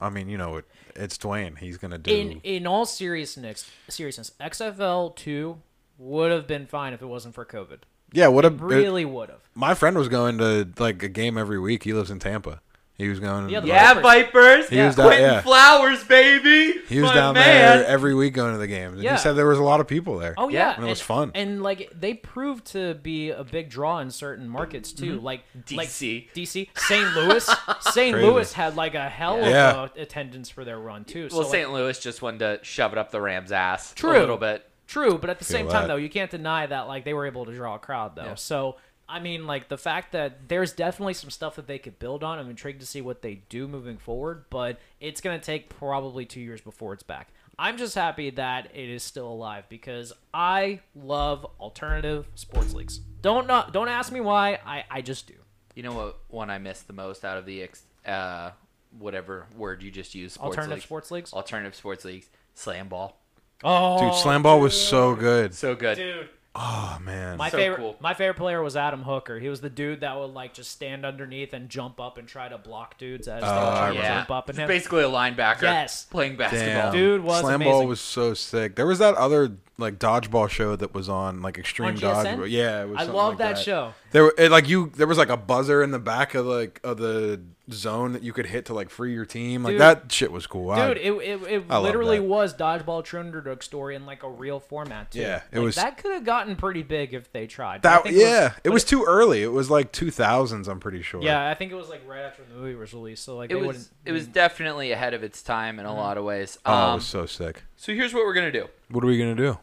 S4: I mean, you know, it, it's Dwayne. He's going to do
S2: in in all seriousness, seriousness, XFL 2 would have been fine if it wasn't for COVID.
S4: Yeah, what a it-
S2: Really would have.
S4: My friend was going to like a game every week. He lives in Tampa. He was going
S2: Yeah, the
S4: like,
S3: Yeah, Vipers.
S4: He was down-
S3: Quentin
S4: yeah.
S3: Flowers, baby.
S4: he was
S3: My
S4: down
S3: man.
S4: there every week going to the games. And
S2: Yeah.
S4: he said there was a lot of people there.
S2: Oh
S3: Yeah.
S2: yeah,
S3: And
S4: it was fun.
S2: And like they proved to be a big draw in certain markets too,
S4: Mm-hmm.
S2: like like
S3: DC.
S2: DC, St. Louis. St.
S4: Crazy.
S2: Louis had like a hell
S4: Yeah.
S2: of a attendance for their run too. So
S3: Well,
S2: like,
S3: St. Louis just wanted to shove it up the Rams' ass
S2: True.
S3: a little bit.
S2: true, but at the same time
S4: that.
S2: though, you can't deny that like they were able to draw a crowd though. So I mean, like the fact that there's definitely some stuff that they could build on. I'm intrigued to see what they do moving forward, but it's gonna take probably two years before it's back. I'm just happy that it is still alive because I love alternative sports leagues. Don't not, don't ask me why. I, I just do.
S3: You know what one I missed the most out of the ex- uh, whatever word you just used? Sports
S2: Alternative
S3: leagues.
S2: sports leagues?
S3: Alternative sports leagues. Slam ball.
S2: Oh,
S4: Dude, slam ball was so good.
S3: So good.
S2: dude.
S4: Oh man.
S2: My
S3: So
S2: favorite,
S3: cool.
S2: my favorite player was Adam Hooker. He was the dude that would like just stand underneath and jump up and try to block dudes as they
S4: Oh,
S2: would try to
S3: Yeah.
S2: jump up and
S3: He's
S2: him.
S3: basically a linebacker.
S2: Yes.
S3: Playing basketball.
S4: Damn.
S2: Dude was
S4: slam ball
S2: amazing.
S4: was so sick. There was that other like dodgeball show that was on like extreme
S2: On GSN?
S4: dodgeball. Yeah, it was
S2: I
S4: something
S2: love
S4: like
S2: that show.
S4: There were- it, like you there was like a buzzer in the back of like of the zone that you could hit to like free your team. Like
S2: Dude.
S4: that shit was cool. I-
S2: Dude, it, it, it
S4: I love
S2: literally
S4: that.
S2: was dodgeball true underdog story in like a real format too.
S4: Yeah, it
S2: Like,
S4: was-
S2: that could have gotten pretty big if they tried. I
S4: that
S2: think
S4: yeah, it
S2: but
S4: was too early. It was like 2000s, I'm pretty sure.
S2: yeah. I think it was like right after the movie was released, so like they
S3: It was
S2: wouldn't. Mm-hmm.
S3: it was definitely ahead of its time in a lot of ways.
S4: Oh,
S3: Um,
S4: it was so sick.
S3: so here's what we're gonna do.
S4: What are we going to do?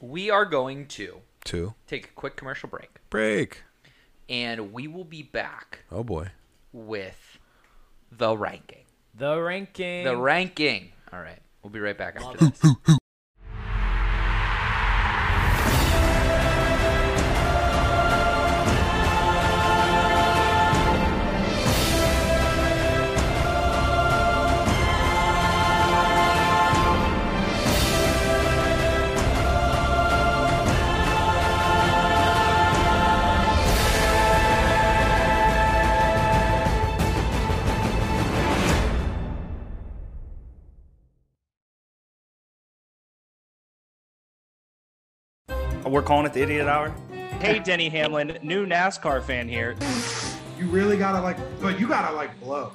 S3: We are going to
S4: Two.
S3: take a quick commercial break,
S4: Break.
S3: and we will be back
S4: Oh boy.
S3: with the ranking.
S2: the ranking.
S3: The ranking. All right, we'll be right back after this.
S5: We're calling it the Idiot Hour. Hey, Denny Hamlin, new NASCAR fan here.
S6: You really gotta like, but you gotta like blow.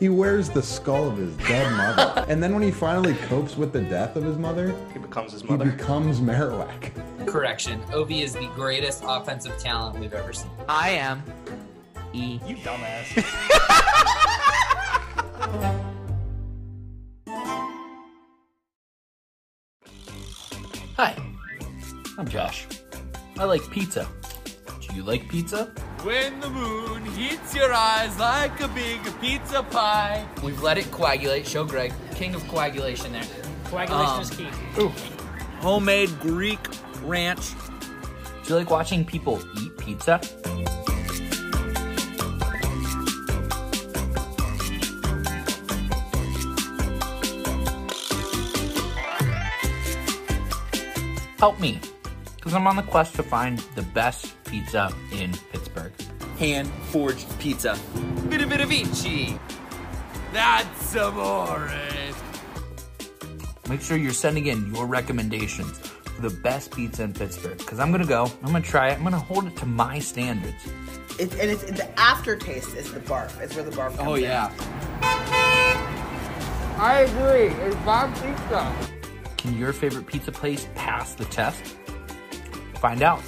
S7: He wears the skull of his dead mother. and then when he finally copes with the death of his mother,
S5: He becomes his
S7: he
S5: mother.
S7: becomes Marowak.
S8: Correction. Ovi is the greatest offensive talent we've ever seen.
S3: I am E.
S5: you dumbass.
S8: Hi, I'm Josh. I like pizza.
S9: Do you like pizza?
S10: When the moon hits your eyes like a big pizza pie.
S8: We've let it coagulate. Show Greg, king of coagulation there.
S10: Coagulation
S5: Um,
S10: is key.
S9: Homemade Greek ranch. Do you like watching people eat pizza? Help me, because I'm on the quest to find the best pizza in Pittsburgh. Hand forged pizza.
S10: Bit a bit of each. That's amore.
S9: Make sure you're sending in your recommendations for the best pizza in Pittsburgh. Because I'm going to go, I'm going to try it, I'm going to hold it to my standards.
S11: It's and it's the aftertaste is the barf. It's where the barf. Comes
S9: Oh,
S11: in.
S9: yeah.
S11: I agree. It's barf pizza.
S9: Can your favorite pizza place pass the test? Find out.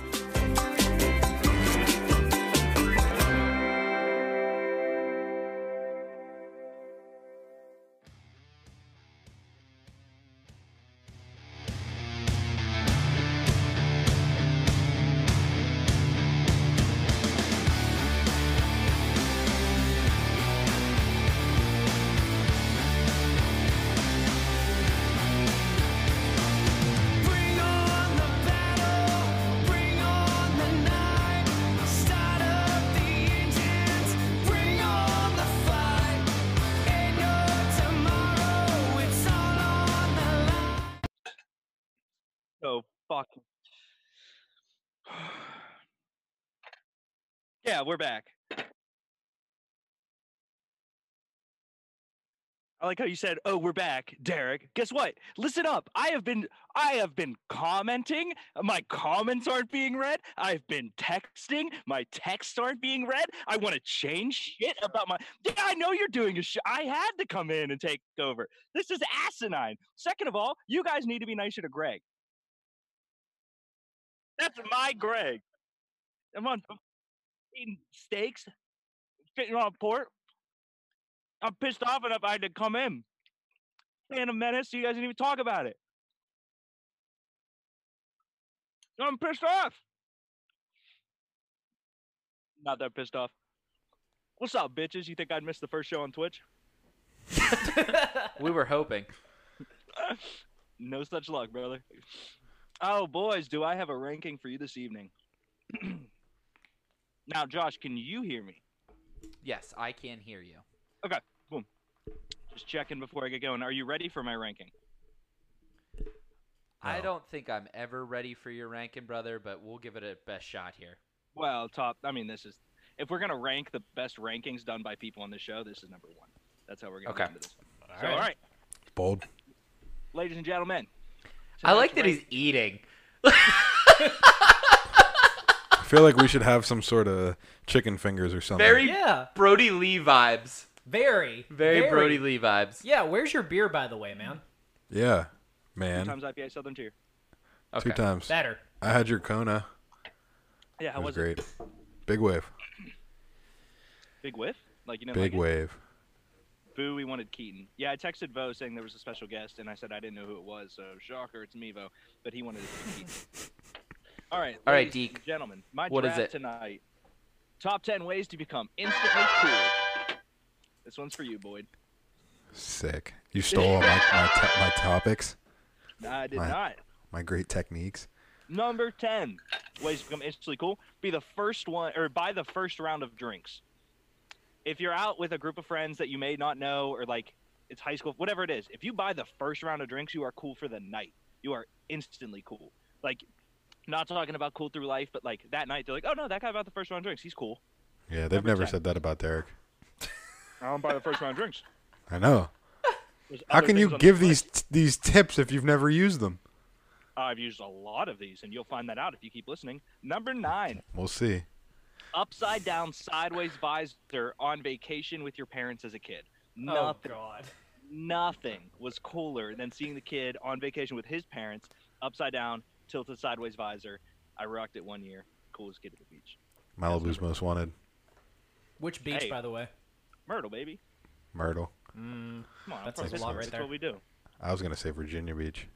S5: So fuck. Yeah, we're back. I like how you said, "Oh, we're back, Derek." Guess what? Listen up. I have been I have been commenting. My comments aren't being read. I've been texting. My texts aren't being read. I want to change shit about my Yeah, I know you're doing a sh- I had to come in and take over. This is asinine. Second of all, you guys need to be nicer to Greg. That's my Greg. I'm on I'm eating steaks, fitting on port. I'm pissed off enough I had to come in. Phantom Menace, you guys didn't even talk about it. I'm pissed off. Not that pissed off. What's up, bitches? You think I'd miss the first show on Twitch?
S3: we were hoping.
S5: no such luck, brother. Oh, boys, do I have a ranking for you this evening? now, Josh, can you hear me?
S3: Yes, I can hear you.
S5: Okay, boom. Just checking before I get going. Are you ready for my ranking?
S3: I don't think I'm ever ready for your ranking, brother, but we'll give it a best shot here.
S5: Well, top. I mean, this is if we're gonna rank the best rankings done by people on the show, this is number one. That's how we're gonna
S3: Okay.
S5: end this.
S3: All
S5: All so,
S3: right.
S5: all right,
S4: Bold.
S5: ladies and gentlemen.
S3: I like that he's eating.
S4: I feel like we should have some sort of chicken fingers or something.
S3: Very
S2: Yeah.
S3: Brody Lee vibes.
S2: Very,
S3: Very, Brody Lee vibes.
S2: Yeah, where's your beer, by the way, man?
S4: Yeah,
S5: Two
S4: man.
S5: times IPA Southern Tier.
S4: Two times.
S2: Better.
S4: I had your Kona.
S5: Yeah,
S4: It
S5: how
S4: was
S5: was,
S4: great. Big wave.
S5: it? Big whiff. Like you know.
S4: Big
S5: like
S4: wave.
S5: It? Boo, we wanted Keaton. Yeah, I texted Vo saying there was a special guest, and I said I didn't know who it was. So shocker, it's me, Vo. But he wanted it to be Keaton. All right.
S3: All right,
S5: ladies and
S3: Deke.
S5: Gentlemen, my
S3: What is
S5: draft
S3: it?
S5: tonight. Top ten ways to become instantly cool. This one's for you, Boyd.
S4: Sick. You stole all my my, te- my topics.
S5: No, I did
S4: my,
S5: not.
S4: My great techniques.
S5: Number 10, ways to become instantly cool, be the first one or buy the first round of drinks. If you're out with a group of friends that you may not know or like it's high school, whatever it is, if you buy the first round of drinks, you are cool for the night. You are instantly cool. Like, not talking about cool through life, but like that night, they're like, oh no, that guy bought the first round of drinks. He's cool.
S4: Yeah, they've never said that about Derek.
S5: I don't buy the first round of drinks.
S4: I know.
S5: There's
S4: How
S5: other
S4: can you
S5: things on
S4: give
S5: the-
S4: these these tips if you've never used them?
S5: I've used a lot of these, and you'll find that out if you keep listening. Number nine,
S4: We'll see.
S5: upside down, sideways visor on vacation with your parents as a kid. Nothing,
S2: Oh, God.
S5: nothing was cooler than seeing the kid on vacation with his parents, upside down, tilted sideways visor. I rocked it one year. Coolest kid at the beach.
S4: Malibu's most wanted.
S2: Which beach,
S5: Hey.
S2: by the way?
S5: Myrtle, baby.
S4: Myrtle.
S2: Mm,
S5: Come on, I'm
S2: that's
S5: from
S2: a
S5: Pittsburgh.
S2: lot
S5: That's
S2: right there.
S5: what we do.
S4: I was gonna say Virginia Beach.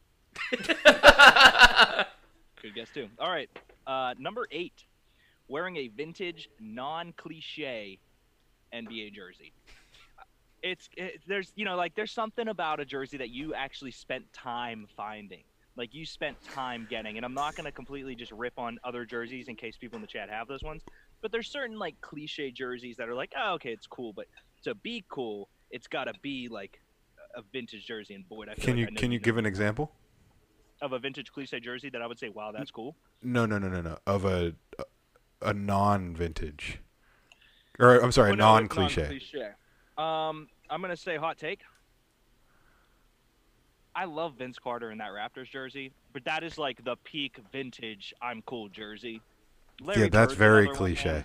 S5: Good guess too. All right, uh, number eight. wearing a vintage, non-cliche NBA jersey. It's it, there's you know like there's something about a jersey that you actually spent time finding. Like you spent time getting, and I'm not gonna completely just rip on other jerseys in case people in the chat have those ones. But there's certain like cliche jerseys that are like, oh okay, it's cool, but to be cool, it's gotta be like a vintage jersey. And boy, I feel
S4: Can
S5: like
S4: you
S5: I know
S4: can you
S5: know
S4: give an example?
S5: of a vintage cliche jersey that I would say, wow, that's cool.
S4: No, no, no, no, no. Of a a non-vintage, or I'm sorry,
S5: Oh,
S4: a
S5: no, it's
S4: non-cliche.
S5: non-cliche. Um, I'm gonna say hot take. I love Vince Carter in that Raptors jersey, but that is like the peak vintage "I'm cool" jersey. Larry
S4: yeah, that's
S5: Bird's
S4: very
S5: another one,
S4: cliche.
S5: man.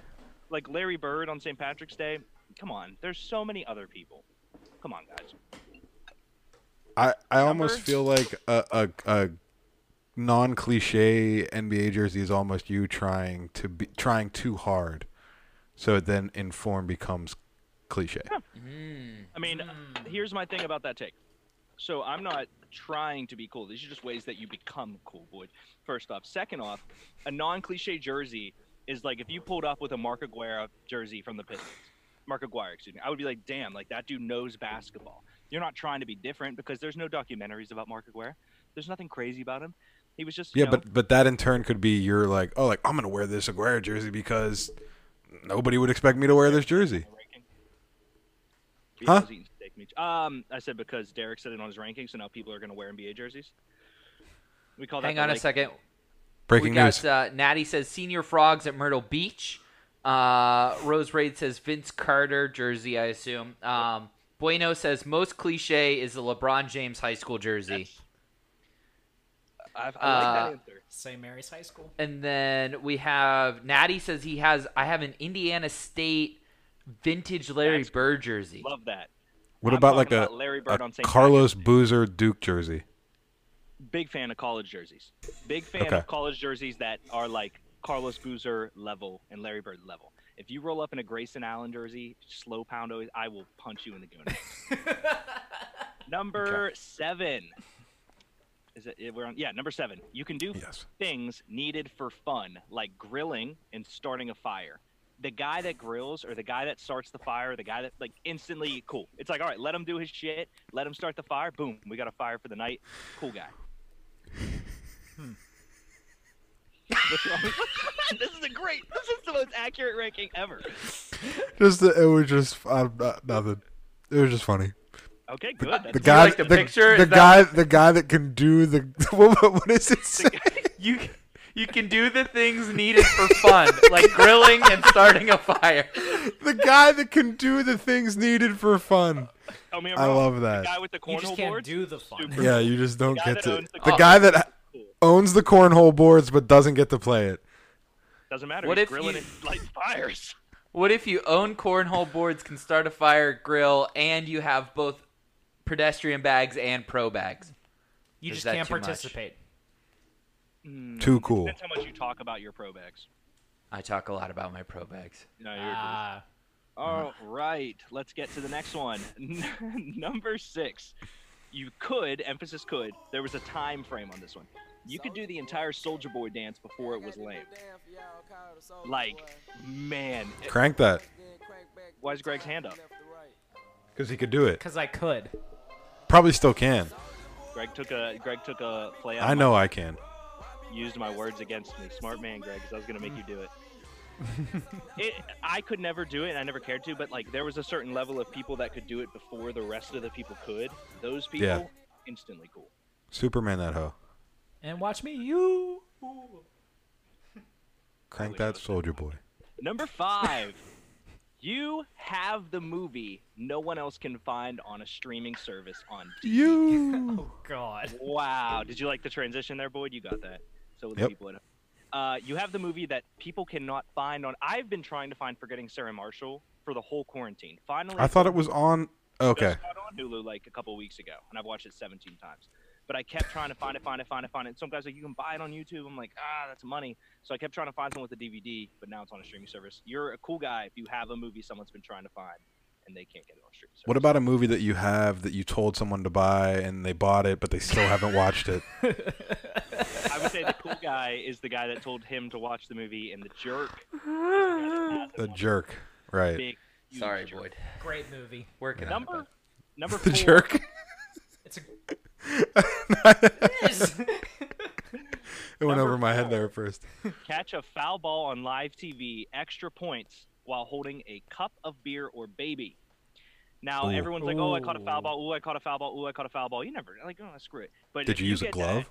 S5: like Larry Bird on St. Patrick's Day. Come on, there's so many other people. Come on, guys.
S4: I, I almost
S5: Number-
S4: feel like a, a, a non-cliche NBA jersey is almost you trying to be trying too hard, so then inform becomes cliche.
S5: I mean, here's my thing about that take. So I'm not trying to be cool. These are just ways that you become cool, Boyd. First off. Second off, a non-cliche jersey is like if you pulled up with a Mark Aguirre jersey from the Pistons. Mark Aguirre, excuse me. I would be like, damn, like that dude knows basketball. You're not trying to be different because there's no documentaries about Mark Aguirre. There's nothing crazy about him. He was just you
S4: Yeah,
S5: know,
S4: but but that in turn could be you're like, oh, like I'm gonna wear this Aguirre jersey because nobody would expect me to wear this jersey.
S5: He
S4: Huh?
S5: was eating steak meat. Um, I said because Derek said it on his rankings, so now people are going to wear NBA jerseys. We call that
S3: Hang
S5: the
S3: on a
S5: Lake-
S3: second.
S4: Breaking
S3: we got,
S4: news.
S3: Uh, Natty says senior frogs at Myrtle Beach. Uh, Rose Raid says Vince Carter jersey, I assume. Um, bueno says most cliche is the LeBron James high school jersey.
S5: I,
S3: I like that Uh,
S5: answer.
S2: St. Mary's High School.
S3: And then we have Natty says he has. I have an Indiana State vintage Larry Bird jersey.
S5: Love that.
S4: What
S5: I'm
S4: about
S5: talking
S4: like a,
S5: about Larry Bird
S4: a
S5: on St.
S4: Carlos Boozer Duke jersey?
S5: Big fan of college jerseys. Big fan
S4: Okay.
S5: of college jerseys that are like Carlos Boozer level and Larry Bird level. If you roll up in a Grayson Allen jersey, slow pound always, I will punch you in the goon. number seven. Is it? yeah, We're on. Yeah, number seven. You can do things needed for fun, like grilling and starting a fire. The guy that grills or the guy that starts the fire, the guy that like instantly cool. It's like, all right, let him do his shit, let him start the fire. Boom, we got a fire for the night. Cool guy. Hmm. What's wrong with- this is a great. This is the most accurate ranking ever.
S4: Just the, it was just I'm not, nothing. It was just funny.
S5: Okay,
S4: The-
S5: good.
S4: The,
S5: That's-
S4: guy,
S5: You like the
S4: the,
S5: picture?
S4: the
S5: Is that-
S4: guy, the guy that can do the what, what is it? Say?
S3: You you can do the things needed for fun, like grilling and starting a fire.
S4: the guy that can do the things needed for fun.
S5: Tell me I'm
S4: I
S5: wrong.
S4: love
S5: The guy
S4: that.
S5: with the cornhole
S2: You just can't
S5: boards?
S2: do the fun.
S5: Super
S4: Yeah,
S5: cool.
S4: you just don't
S5: The guy
S4: get
S5: that
S4: to
S5: owns the
S4: the guy that owns the cornhole boards but doesn't get to play it.
S5: Doesn't matter.
S3: What
S5: He's
S3: if
S5: grilling
S3: you-
S5: it like fires?
S3: What if you own cornhole boards, can start a fire, grill, and you have both pedestrian bags and pro bags?
S2: You
S3: Is
S2: just
S3: that
S2: can't
S3: too much?
S2: participate.
S5: Mm.
S4: Too cool.
S5: Depends how much you talk about your pro bags.
S3: I talk a lot about my pro bags.
S5: No, you're
S2: Ah. Uh,
S5: All right, let's get to the next one. Number six. You could, emphasis could, there was a time frame on this one. You could do the entire Soldier Boy dance before it was lame. Like, man.
S4: Crank that
S5: Why is Greg's hand up?
S4: because he could do it.
S2: Because I could.
S4: Probably still can.
S5: Greg took a Greg took a play out.
S4: I know I can.
S5: used my words against me. Smart man, Greg, 'cause I was going to make you do it. it. I could never do it, and I never cared to, but like there was a certain level of people that could do it before the rest of the people could. Those people,
S4: Yeah.
S5: instantly cool.
S4: Superman that hoe.
S2: And watch me, you.
S4: Crank that soldier boy.
S5: Number five, you have the movie no one else can find on a streaming service on.
S4: You.
S2: oh God.
S5: Wow, did you like the transition there, Boyd? You got that. So with the
S4: Yep.
S5: people at uh, you have the movie that people cannot find on. I've been trying to find Forgetting Sarah Marshall for the whole quarantine. Finally,
S4: I thought it was on. Okay.
S5: Just got on Hulu like a couple weeks ago, and I've watched it 17 times. But I kept trying to find it, find it, find it, find it. And some guys are like you can buy it on YouTube. I'm like, ah, that's money. So I kept trying to find someone with a DVD, but now it's on a streaming service. You're a cool guy if you have a movie someone's been trying to find, and they can't get it on streaming service.
S4: What about a movie that you have that you told someone to buy and they bought it but they still haven't watched it?
S5: I would say the cool guy is the guy that told him to watch the movie, and the jerk.
S4: The jerk, right?
S5: Big, huge
S3: Sorry,
S5: jerk.
S3: Boyd.
S2: Great movie.
S3: Working on it,
S5: Number number
S4: The
S5: four.
S4: jerk.
S2: It's a
S4: it went over my head there first.
S5: Catch a foul ball on live TV, extra points while holding a cup of beer or baby. Now
S4: Ooh.
S5: everyone's like, "Oh, I caught a foul
S2: Ooh.
S5: ball! Ooh, I caught a foul ball! Ooh, I caught a foul ball!" You never like, "Oh, screw it." But
S4: Did
S5: if
S4: you use a
S5: get
S4: glove?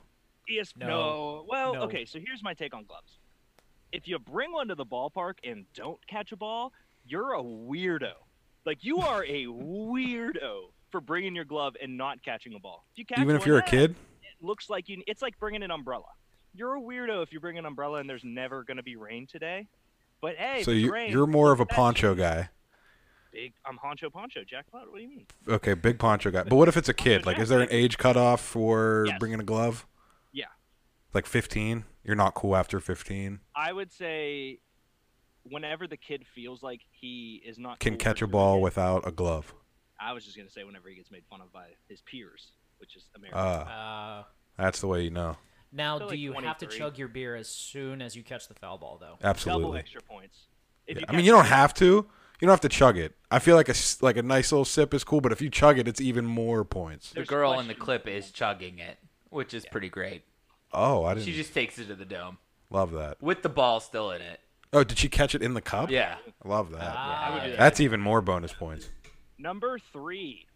S5: That, ES-
S2: No.
S5: no. Well,
S2: No.
S5: okay. So here's my take on gloves. If you bring one to the ballpark and don't catch a ball, you're a weirdo. Like you are a weirdo for bringing your glove and not catching a ball. If you catch
S4: Even if
S5: one, eh,
S4: you're a
S5: yeah,
S4: kid,
S5: it looks like you it's like bringing an umbrella you're a weirdo if you bring an umbrella and there's never going to be rain today but hey
S4: so
S5: if it's
S4: you,
S5: rain,
S4: you're more of a
S5: that's
S4: poncho guy.
S5: big i'm honcho poncho jack Blatt, what do you mean
S4: Okay, big poncho guy. But what if it's a kid? Like, is there an age cutoff for
S5: Yes.
S4: bringing a glove?
S5: yeah
S4: Like 15? You're not cool after 15.
S5: i would say whenever the kid feels like he is not
S4: Can
S5: cool
S4: catch
S5: for
S4: a
S5: doing
S4: ball
S5: it.
S4: without a glove.
S5: i was just going to say whenever he gets made fun of by his peers which is america
S4: Uh,
S2: Uh,
S4: that's the way you know.
S2: now,
S5: feel
S2: do
S5: like
S2: you have to
S5: 23.
S2: chug your beer as soon as you catch the foul ball, though?
S5: double
S4: Absolutely.
S5: extra points if
S4: Yeah.
S5: you
S4: I
S5: catch
S4: mean, you don't
S5: it,
S4: have to. You don't have to chug it. I feel like a s- like a nice little sip is cool, but if you chug it, it's even more points.
S3: The
S5: There's
S3: girl in the
S5: questions.
S3: clip is chugging it, which is pretty great.
S4: Oh, I didn't
S3: She just takes it to the dome
S4: love that.
S3: with the ball still in it.
S4: Oh, did she catch it in the cup?
S3: Yeah.
S4: I love that.
S5: Ah, I would do that.
S4: That's even more bonus points.
S5: Number three,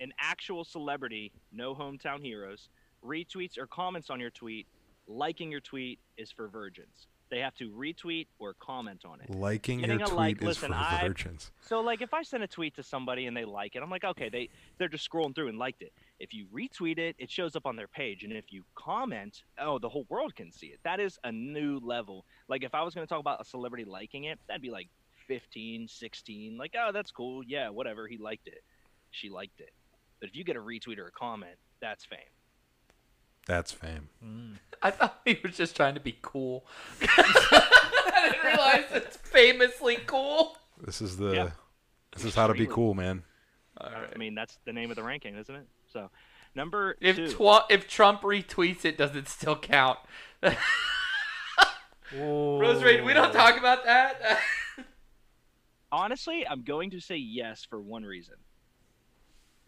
S5: an actual celebrity, no hometown heroes, retweets or comments on your tweet. Liking your tweet is for virgins. They have to retweet or comment on it.
S4: Liking
S5: Getting
S4: your
S5: a
S4: tweet
S5: like,
S4: is
S5: listen,
S4: for
S5: I-
S4: virgins.
S5: So, like, if I send a tweet to somebody and they like it, I'm like, okay, they they're just scrolling through and liked it. If you retweet it, it shows up on their page, and if you comment, oh, the whole world can see it. That is a new level. Like, if I was going to talk about a celebrity liking it, that'd be like 15, 16, like, oh, that's cool, yeah, whatever, he liked it, she liked it. But if you get a retweet or a comment, that's fame.
S4: That's fame.
S3: I thought he was just trying to be cool. I didn't realize it's famously cool.
S4: This is the
S5: Yeah.
S4: this is how to be
S5: Extremely.
S4: cool, man.
S5: I mean, that's the name of the ranking, isn't it? So, number two.
S3: If twa- if Trump retweets it, does it still count? Rose Raid, we don't talk about that.
S5: Honestly, I'm going to say yes for one reason.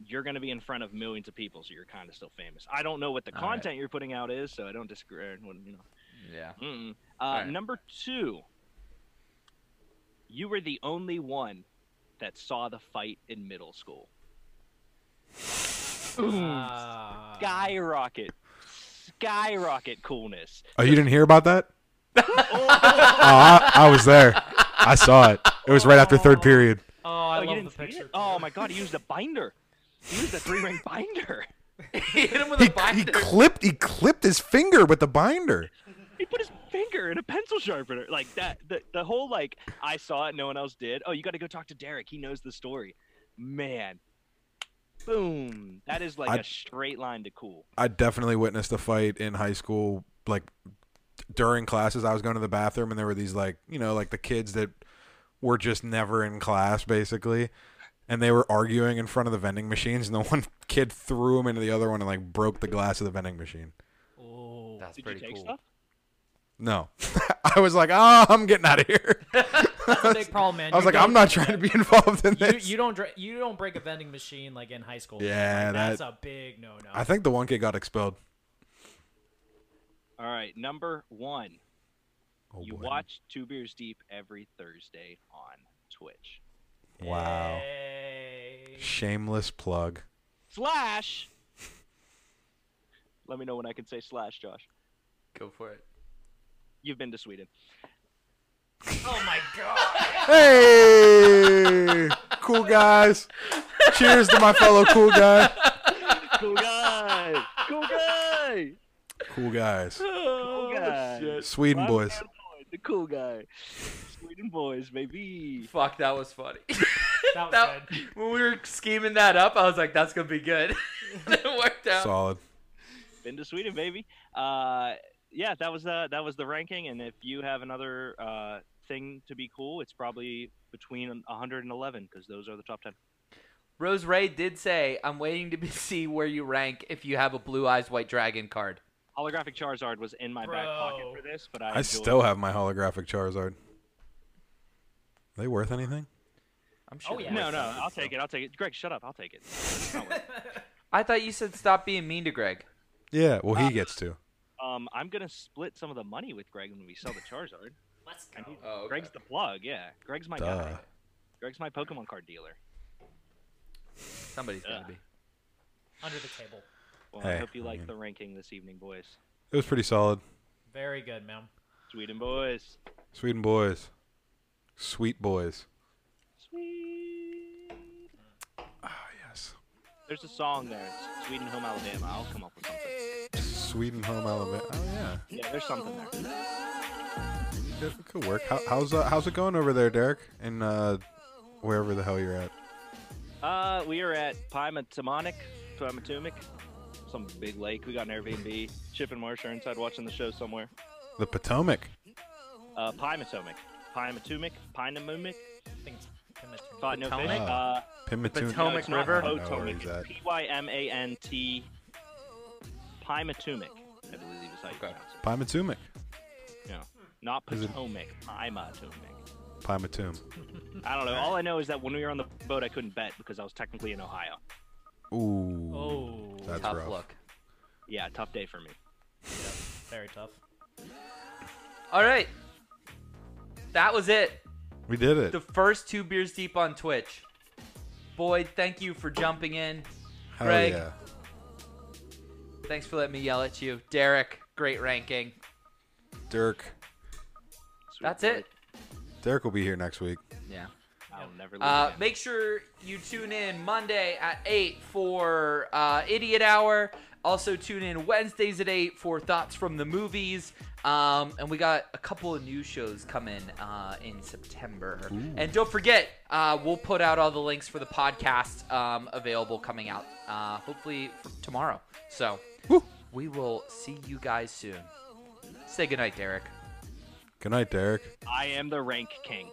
S5: You're going to be in front of millions of people, so you're kind of still famous. I don't know what the
S3: All right.
S5: content you're putting out is, so I don't disagree. or wouldn't, You know.
S3: yeah.
S5: Mm-mm. Uh,
S3: right.
S5: Number two, you were the only one that saw the fight in middle school.
S3: Uh-huh.
S2: Ah.
S5: Skyrocket, skyrocket coolness.
S4: Oh, you didn't hear about that? oh, I, I was there. I saw it. It was right after third period.
S2: Oh, I
S5: oh, you
S2: love the
S5: didn't see
S2: picture.
S5: it? Oh my god, he used a binder. He used a three-ring binder.
S3: Hit him with
S4: He,
S3: a
S4: he
S3: binder.
S4: clipped he clipped his finger with the binder.
S5: He put his finger in a pencil sharpener. Like that the, the whole like I saw it, no one else did. Oh, you gotta go talk to Derek. He knows the story. Man. Boom. That is like
S4: I-
S5: a straight line to cool.
S4: I definitely witnessed a fight in high school. Like during classes, I was going to the bathroom, and there were these like you know like the kids that were just never in class basically, and they were arguing in front of the vending machines, and the one kid threw him into the other one and like broke the glass of the vending machine.
S3: That's
S5: Did
S3: pretty
S5: you take
S3: cool.
S5: stuff?
S4: No, I was like, oh, I'm getting out of here.
S2: That's a big problem, man.
S4: I was
S2: You
S4: like, I'm
S2: don't-
S4: not trying to be involved in
S2: You,
S4: this.
S2: you don't dra- you don't break a vending machine like in high school.
S4: Yeah,
S2: Like, that's
S4: that-
S2: a big no no.
S4: I think the one kid got expelled.
S5: All right, number one.
S4: Oh,
S5: you
S4: boy.
S5: watch Two Beers Deep every Thursday on Twitch.
S4: Wow. Shameless plug.
S5: Slash Let me know when I can say slash, Josh.
S3: Go for it.
S5: You've been to Sweden.
S2: Oh my god.
S4: Hey, cool guys. Cheers to my fellow cool guy.
S5: Cool guy! Cool guy!
S4: Cool guys.
S3: Oh,
S5: Cool guy!
S4: Sweden
S5: My
S4: boys.
S5: man Boyd, The cool guy. Sweden boys, baby.
S3: Fuck, that was funny.
S2: That was
S3: That-
S2: good.
S3: when we were scheming that up, I was like, "That's gonna be good." it worked out.
S4: Solid.
S5: Been to Sweden, baby. Uh, yeah, that was the that was the ranking. And if you have another uh, thing to be cool, it's probably between 111 because those are the top ten.
S3: Rose Ray did say, "I'm waiting to be- see where you rank if you have a blue eyes white dragon card."
S5: holographic Charizard was in my back pocket for this, but I,
S4: I
S5: enjoyed
S4: still
S5: it.
S4: have my holographic Charizard. Are they worth anything?
S3: I'm
S5: sure.
S3: sure they're
S5: No,
S3: worth
S5: no,
S3: something,
S5: I'll take it. I'll take it. Greg, shut up. I'll take it.
S3: I thought you said stop being mean to Greg.
S4: Yeah. Well, he gets to.
S5: Um, I'm gonna split some of the money with Greg when we sell the Charizard.
S12: Let's
S5: go. Greg's the plug. Yeah, Greg's my
S4: Duh.
S5: guy. Greg's my Pokemon card dealer.
S3: Somebody's gonna be.
S2: Under the table.
S5: Well, I
S4: Hey,
S5: hope you
S4: I
S5: like
S4: mean-
S5: the ranking this evening, boys.
S4: It was pretty solid.
S2: Very good, man.
S5: Sweden boys.
S4: Sweden boys, sweet boys. Ah,
S5: There's a song there. It's Sweden Home Alabama. I'll come up with something.
S4: Sweden home Alabama. Oh yeah,
S5: Yeah, there's something there.
S4: it could work. How, how's uh, how's it going over there, Derek? And uh, wherever the hell you're at.
S5: Uh, we are at Pymatamonic, Pymatumic, some big lake. We got an Airbnb. Chip and Marsh are inside watching the show somewhere.
S4: The Potomac.
S5: Uh, Pymatomic, Pymatumic, Pynamumic. Fi- no
S4: Potomac?
S5: fish. Uh,
S4: Pymatoon-
S5: no, it's not
S4: River? I don't know where
S5: Potomac.
S4: he's at.
S5: It's P-Y-M-A-N-T, Pymatumic, I believe is how you pronounce it.
S4: Pymatumic.
S5: Yeah. Not
S4: Is it-
S5: Potomac, Pymatumic.
S4: Pymatum.
S5: I don't know. All I know is that when we were on the boat, I couldn't bet because I was technically in Ohio.
S4: Ooh.
S2: Oh.
S4: That's
S2: Tough
S4: rough.
S2: luck.
S5: Yeah, tough day for me.
S2: Very tough.
S3: All right, that was it.
S4: We did it.
S3: The first two beers deep on Twitch. Boyd, thank you for jumping in.
S4: Hell
S3: Greg,
S4: yeah.
S3: thanks for letting me yell at you. Derek, great ranking.
S4: Dirk.
S3: That's it.
S4: Derek will be here next week.
S3: Yeah.
S5: I'll never leave.
S3: Uh,
S5: again.
S3: make sure you tune in Monday at 8 for uh, Idiot Hour. Also, tune in Wednesdays at 8 for Thoughts from the Movies. Um, and we got a couple of new shows coming uh, in September.
S9: Ooh.
S3: And don't forget, uh, we'll put out all the links for the podcast um, available coming out uh, hopefully f- tomorrow. So we will see you guys soon. Say goodnight, Derek.
S4: Good night, Derek.
S5: I am the rank king.